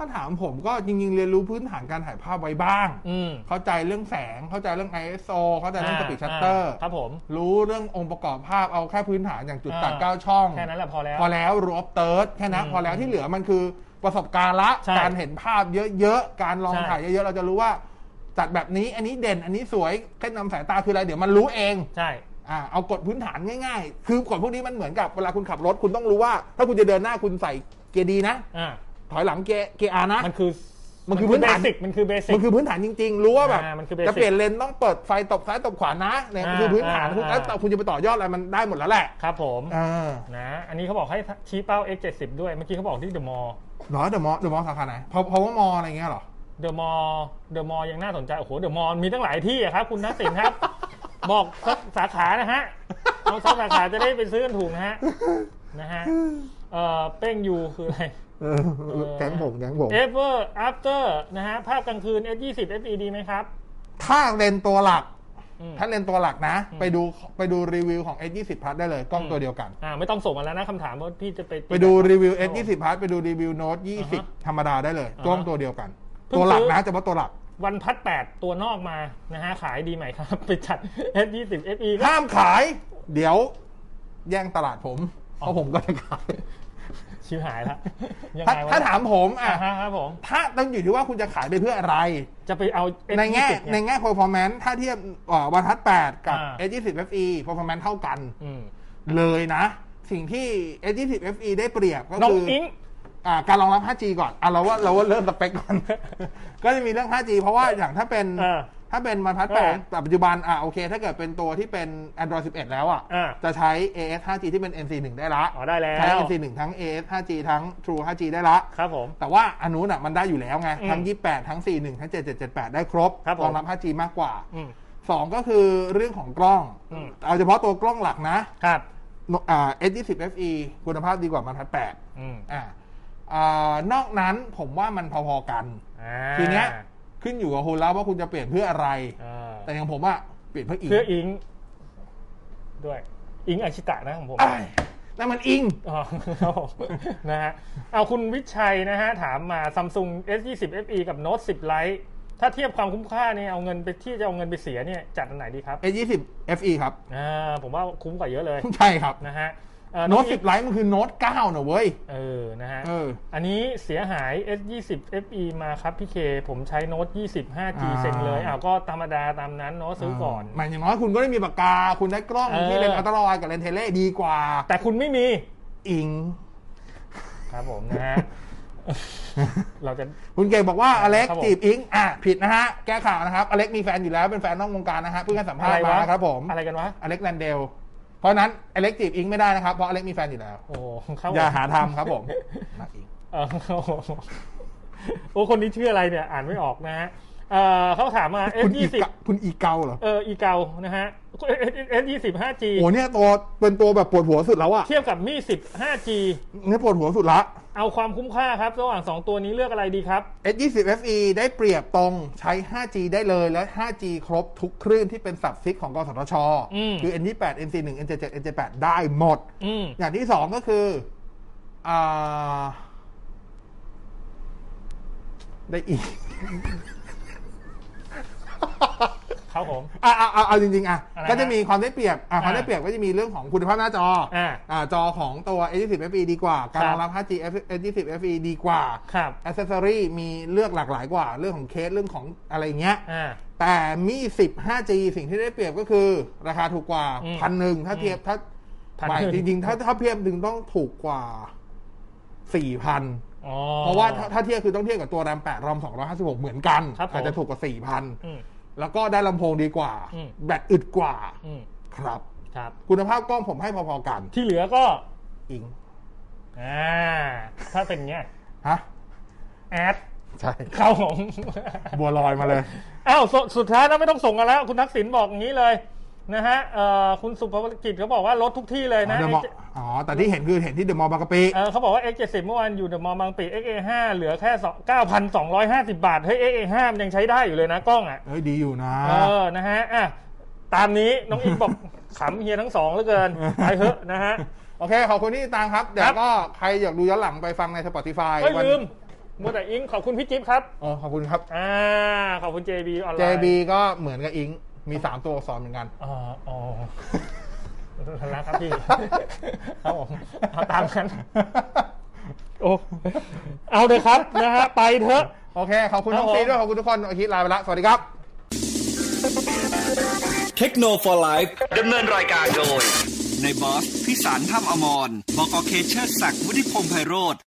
Speaker 3: ถ้าถามผมก็จริงๆ เรียนรู้พื้นฐานการถ่ายภาพไว้บ้าง
Speaker 4: อืม
Speaker 3: เข้าใจเรื่องแสง เข้าใจเรื่อง ISO เข้าใจเรื่องสปีดชัตเตอร์
Speaker 4: าครับผม
Speaker 3: รู้เรื่ององค์ประกอบภาพเอาแค่พื้นฐานอย่างจุดตัด
Speaker 4: อ่า
Speaker 3: เก้าช่อง
Speaker 4: แค่นั้นแหละพอแล้ว
Speaker 3: พอแล้วรูปเติร์ดแค่นั้น
Speaker 4: อืม
Speaker 3: พอแล้วที่เหลือมันคือประสบการณ์ละ
Speaker 4: ใช่
Speaker 3: การเห็นภาพเยอะๆ การลอง
Speaker 4: ใช่
Speaker 3: ถ่ายเยอะๆ เราจะรู้ว่าจัดแบบนี้อันนี้เด่นอันนี้สวยเคล็ดนำสายตาคืออะไรเดี๋ยวมันรู้เอง
Speaker 4: ใช่
Speaker 3: อ่าเอากฎพื้นฐานง่ายๆ คือกฎพวกนี้มันเหมือนกับเวลาคุณขับรถคุณต้องรู้ว่า ถ้าคุณจะเดินหน้าคุณใส่เกียร์ดีนะ
Speaker 4: อ่า
Speaker 3: ถอยหลังเกียร์เกียร์อานะ
Speaker 4: มันคือ
Speaker 3: มันคือพื้นฐาน
Speaker 4: เบสิกมันคือเบสิก
Speaker 3: มันคือพื้นฐานจริงๆ รู้ว่าแบบ
Speaker 4: อ่ามันคือ basic
Speaker 3: จะเปลี่ยนเลนต้องเปิดไฟตบซ้ายตบขวานะเนี่ยมันคือ
Speaker 4: อ่า
Speaker 3: พื้นฐานคุณ
Speaker 4: อ่าอ่า
Speaker 3: แล้วแต่คุณจะไปต่อยอดอะไรมันได้หมดแล้วแหละ
Speaker 4: ครับผม
Speaker 3: เออ
Speaker 4: นะ อันนี้เขาบอกให้ชี้เป้า X 7 0ด้วย เมื่อกี้เขาบอกที่เดอะมอล
Speaker 3: เหรอเดอะมอเดอะมอสาขาไหนเพราะเพราะว่ามออะไรเงี้ยเหรอ
Speaker 4: เดอะมอลเดอะมอลยังน่าสนใจ โอ้โหเดอะมอลมีตั้งหลายที่อะครับ คุณทักษิณครับ บอกสักสาขานะฮะ เอาสักสาขาจะได้ไปซื้อกันถูกนะฮะ นะฮะ เอ่อ เป้งยูคืออะไร
Speaker 3: เออแก๊งผมแก๊งผม
Speaker 4: Ever After นะฮะ ภาพกลางคืน S 2 0 FE ดีไหมครับ
Speaker 3: ถ้าเลนตัวหลัก
Speaker 4: อืม
Speaker 3: ถ้าเลนตัวหลักนะ ไปดูไปดูรีวิวของ S20 Plus ได้เลยกล้องตัวเดียวกัน
Speaker 4: อ่า ไม่ต้องส่งมาแล้วนะคำถามว่าพี่จะไปติ
Speaker 3: ไปดูรีวิว S20 Plus ไปดูรีวิว Note
Speaker 4: อ่าฮะ
Speaker 3: 20 ธรรมดาได้เลย
Speaker 4: อ่าฮะ
Speaker 3: กล้องตัวเดียวกัน
Speaker 4: เพิ่ง
Speaker 3: ตัวหลัก
Speaker 4: ซื้อ
Speaker 3: นะเฉพาะตัวหลัก
Speaker 4: วันพัดแปดตัวนอกมานะฮะ ขายดีไหมครับ ไปจัด S 2 0 FE ก็
Speaker 3: ห้ามขาย เดี๋ยว แย่งตลาดผมเพราะผมก็จะขาย
Speaker 4: ชิวหายละยัง
Speaker 3: ถ้า
Speaker 4: ไงวะ
Speaker 3: ถ้าถามผมอ่ะ
Speaker 4: อ่ะฮะครับผม
Speaker 3: ถ้าต้องอยู่ที่ว่าคุณจะขายไปเพื่ออะไร
Speaker 4: จะไปเอา S
Speaker 3: ในแง่
Speaker 4: 20
Speaker 3: ใน
Speaker 4: เนี่ย
Speaker 3: แง่ performance ถ้าเทียบเอ่อวันทัด8กับ
Speaker 4: อ่า
Speaker 3: S20 FE performance เท่ากัน
Speaker 4: อืม
Speaker 3: เลยนะ สิ่งที่ S20 FE ได้เปรียบก็
Speaker 4: น้อง
Speaker 3: คือ
Speaker 4: อิง
Speaker 3: อ่าการรองรับ 5G ก่อนอ่ะเราว่าเราว่าเริ่มสเปคก่อน ก็จะมีเรื่อง 5G เพราะว่าอย่างถ้าเป็น
Speaker 4: เออ
Speaker 3: ถ้าเป็นมันพัด
Speaker 4: เออ
Speaker 3: แปดแต่ปัจจุบันอ่ะโอเค ถ้าเกิดเป็นตัวที่เป็น Android 11 แล้วอ่ะ
Speaker 4: เออ
Speaker 3: จะใช้ AS 5G ที่เป็น NC 1ได้ละ
Speaker 4: อ๋อได้แล้
Speaker 3: ใช้
Speaker 4: ว
Speaker 3: NC 1ทั้ง AS 5G ทั้ง True 5G ได้ละ
Speaker 4: ครับผม
Speaker 3: แต่ว่าอันนู้นอ่ะมันได้อยู่แล้วไง ทั้ง
Speaker 4: อืม
Speaker 3: 28 ทั้ง 41 ทั้ง 7778 ได้ครบ
Speaker 4: ครับผม
Speaker 3: รองรับ 5G มากกว่า
Speaker 4: อืม
Speaker 3: สองก็คือเรื่องของกล้อง
Speaker 4: อืม
Speaker 3: เอาเฉพาะตัวกล้องหลักนะ
Speaker 4: ครับ
Speaker 3: เอสยี่สิบเอฟอีคุณภาพดีกว่ามันทัดแปด
Speaker 4: อืม
Speaker 3: อ่าอ่านอกนั้นผมว่ามันพอๆกัน
Speaker 4: อ่า
Speaker 3: ทีเนี้ยขึ้นอยู่กับคุณแล้วว่าคุณจะเปลี่ยนเพื่ออะไร
Speaker 4: เออ
Speaker 3: แต่อย่างผมอะเปลี่ยนเพื่ออิง
Speaker 4: เพื่ออิง ด้วย อิงอาชิตะนะของผม
Speaker 3: อ้ายนั่นมันอิง
Speaker 4: อ๋ อครับผมนะฮะเอาคุณวิชัยนะฮะ ถามมา Samsung S 2 0 FE กับ Note 10 Lite ถ้าเทียบความคุ้มค่าเนี่ยเอาเงินไปที่จะเอาเงินไปเสียเนี่ยจัดอันไหนดีครับ
Speaker 3: เอยี่สิบเอฟีครับ
Speaker 4: อ่าผมว่าคุ้มกว่าเยอะเลย
Speaker 3: ใช่ครับ
Speaker 4: นะฮะเอ่อ
Speaker 3: โน้
Speaker 4: อง
Speaker 3: ต
Speaker 4: อิง
Speaker 3: สิบไลท์มันคือโน้ตเก้านะเว้ย
Speaker 4: เออ นะฮะ
Speaker 3: เออ
Speaker 4: อันนี้เสียหาย S 2 0 FE มาครับพี่เค ผมใช้โน้ต20 5G
Speaker 3: อ่า
Speaker 4: เซ็งเลยอ้าวก็ธรรมดาตามนั้นเนาะซื้อก่อน
Speaker 3: หมายอย่างน้อยคุณก็ได้มีปากกา คุณได้กล้อง
Speaker 4: เออ
Speaker 3: ที่เลนส์อัลตร้าไวด์กับเลนส์เทเลดีกว่า
Speaker 4: แต่คุณไม่มี
Speaker 3: อิง
Speaker 4: ครับผมนะฮะ เราจะ
Speaker 3: คุณเก่งบอกว่าอเล็ก
Speaker 4: ครับผม
Speaker 3: จีบอิงอ่ะผิดนะฮะแก้ข่าวนะครับอเล็กมีแฟนอยู่แล้วเป็นแฟนนอกวงการนะฮะเพิ่งให้สัมภาษณ์
Speaker 4: อะ
Speaker 3: มาว
Speaker 4: ไระ
Speaker 3: นะครับผม
Speaker 4: อะไรกันวะ
Speaker 3: อเล็กแลนเดล เพราะฉะนั้นอเล็กจีบอิงไม่ได้นะครับ เพราะอเล็กมีแฟนอยู่แล้ว
Speaker 4: โอ้โหเข้า
Speaker 3: อย่าหาทำครับผม นักอิง
Speaker 4: เอ่อโอ้โหโอ้คนนี้ชื่ออะไรเนี่ย อ่านไม่ออกนะฮะเอ่อเขาถามมา
Speaker 3: คุณ
Speaker 4: S
Speaker 3: อี
Speaker 4: ยี่สิบ
Speaker 3: กะคุณอีเกาเหรอ
Speaker 4: เอออีเกานะฮะ S ยี่สิบ 5G
Speaker 3: โอ้เนี่ยตัวเป็นตัวแบบปวดหัวสุดแล้วอะ
Speaker 4: เทียบกับมีสิบ 5G
Speaker 3: เนี่ยปวดหัวสุดละ
Speaker 4: เอาความคุ้มค่าครับ ระหว่าง 2 ตัวนี้เลือกอะไรดีครับ
Speaker 3: S 2 0 FE ได้เปรียบตรงใช้ 5G ได้เลยและ 5G ครบทุกคลื่นที่เป็นสับซิกของกสทช
Speaker 4: อืม
Speaker 3: คือ N 2 8 N 4 1 N 7 7 N 7 8ได้หมด
Speaker 4: อืม
Speaker 3: อย่างที่สองก็คืออ่าได้อีก
Speaker 4: ครับผม
Speaker 3: อ่ะอ่ะอ่ะเอาจริงๆอ่ะ
Speaker 4: อะไรฮะ
Speaker 3: ก็จะมีความได้เปรียบอ่ะ
Speaker 4: อ่า
Speaker 3: ความได้เปรียบก็จะมีเรื่องของคุณภาพหน้าจออาอ่าจอของตัว A20 FE ดีกว่า การ
Speaker 4: ค
Speaker 3: ร
Speaker 4: รับ
Speaker 3: องรับ 5G A20 FE ดีกว่า
Speaker 4: ครับ
Speaker 3: อ c เซสซอรี่มีเลือกหลากหลายกว่า เรื่องของเคสเรื่องของอะไรเงี้ย
Speaker 4: อ่า
Speaker 3: แต่มี 10 5G สิ่งที่ได้เปรียบก็คือ ราคาถูกกว่า
Speaker 4: อืม
Speaker 3: พันหนึ่งถ้าเทียบถ้า
Speaker 4: พัน
Speaker 3: ห
Speaker 4: หนึ่
Speaker 3: มาย
Speaker 4: ง
Speaker 3: จริงๆ ถ้าถ้าเทียบถึงต้องถูกกว่า 4,000
Speaker 4: อ๋อ
Speaker 3: เพราะว่าถ้าถ้าเทียบคือต้องเทียบกับตัว RAM 8 RAM 256 เหมือนกัน
Speaker 4: ครับผม
Speaker 3: อาจจะถูกกว่า
Speaker 4: อืม
Speaker 3: 4,000 แล้วก็ได้ลำโพงดีกว่า
Speaker 4: อืม
Speaker 3: แบตอึดกว่า
Speaker 4: อืม
Speaker 3: ครับ
Speaker 4: ครับ
Speaker 3: คุณภาพกล้องผมให้พอๆกัน
Speaker 4: ที่เหลือก็
Speaker 3: อิง
Speaker 4: อ่าถ้าเป็นเงี้ย
Speaker 3: ฮะ
Speaker 4: แอด
Speaker 3: ใช่
Speaker 4: ครับผม
Speaker 3: บัวลอยมาเลย
Speaker 4: อ้าวสสุดท้ายนะไม่ต้องส่งกันแล้ว คุณทักษิณบอกอย่างนี้เลยนะฮะเอ่อคุณสุภกิจเขาบอกว่าลดทุกที่เลยนะ
Speaker 3: เดอะมอลล์อ๋อ แต่ที่เห็นคือเห็นที่เดอะมอลล์บางกะปิ
Speaker 4: เออเขาบอกว่า X70 เมื่อวานอยู่เดอะมอลล์บางปี XA5 เหลือแค่ 9,250 บาท เฮ้ย XA5 มันยังใช้ได้อยู่เลยนะกล้องอ่ะ
Speaker 3: เอ้ยดีอยู่นะ
Speaker 4: เออ นะฮะอ่ะตามนี้น้องอิงบอก ขำเฮียทั้งสองเหลือเกิน ไปเถอะนะฮะ
Speaker 3: โอเค ขอบคุณที่ติดตามครับ เดี๋ย
Speaker 4: ครั
Speaker 3: ว
Speaker 4: บ
Speaker 3: ก็ใครอยากดูย้อนหลังไปฟังใน Spotify
Speaker 4: ไม่
Speaker 3: วัน
Speaker 4: ลืมมัวแต่อิงขอบคุณพี่จิ๊บครับ
Speaker 3: อ๋อ ขอบคุณครับ
Speaker 4: อ่า ขอบคุณ JB ออนไลน์
Speaker 3: JB ก็เหมือนกับอิง มี 3 ตัวอักษรเหมือนกัน
Speaker 4: อ๋ออ๋อนะครับพี่ ครับผมเอาตาม กัน โอ้เอาเลยครับนะฮะไปเถอะ
Speaker 3: โอเค ขอบคุณน้อง
Speaker 4: ครับผม
Speaker 3: ซีด้วย ขอบคุณทุกคนอาทิตย์ลาไปละ สวัสดีครับ
Speaker 1: เทคโนโลยีดำเนินรายการโดย ในบอสพิสารถ้ำอมรบอกอเคเชอร์ศักดิ์วุฒิพงษ์ไพโรธ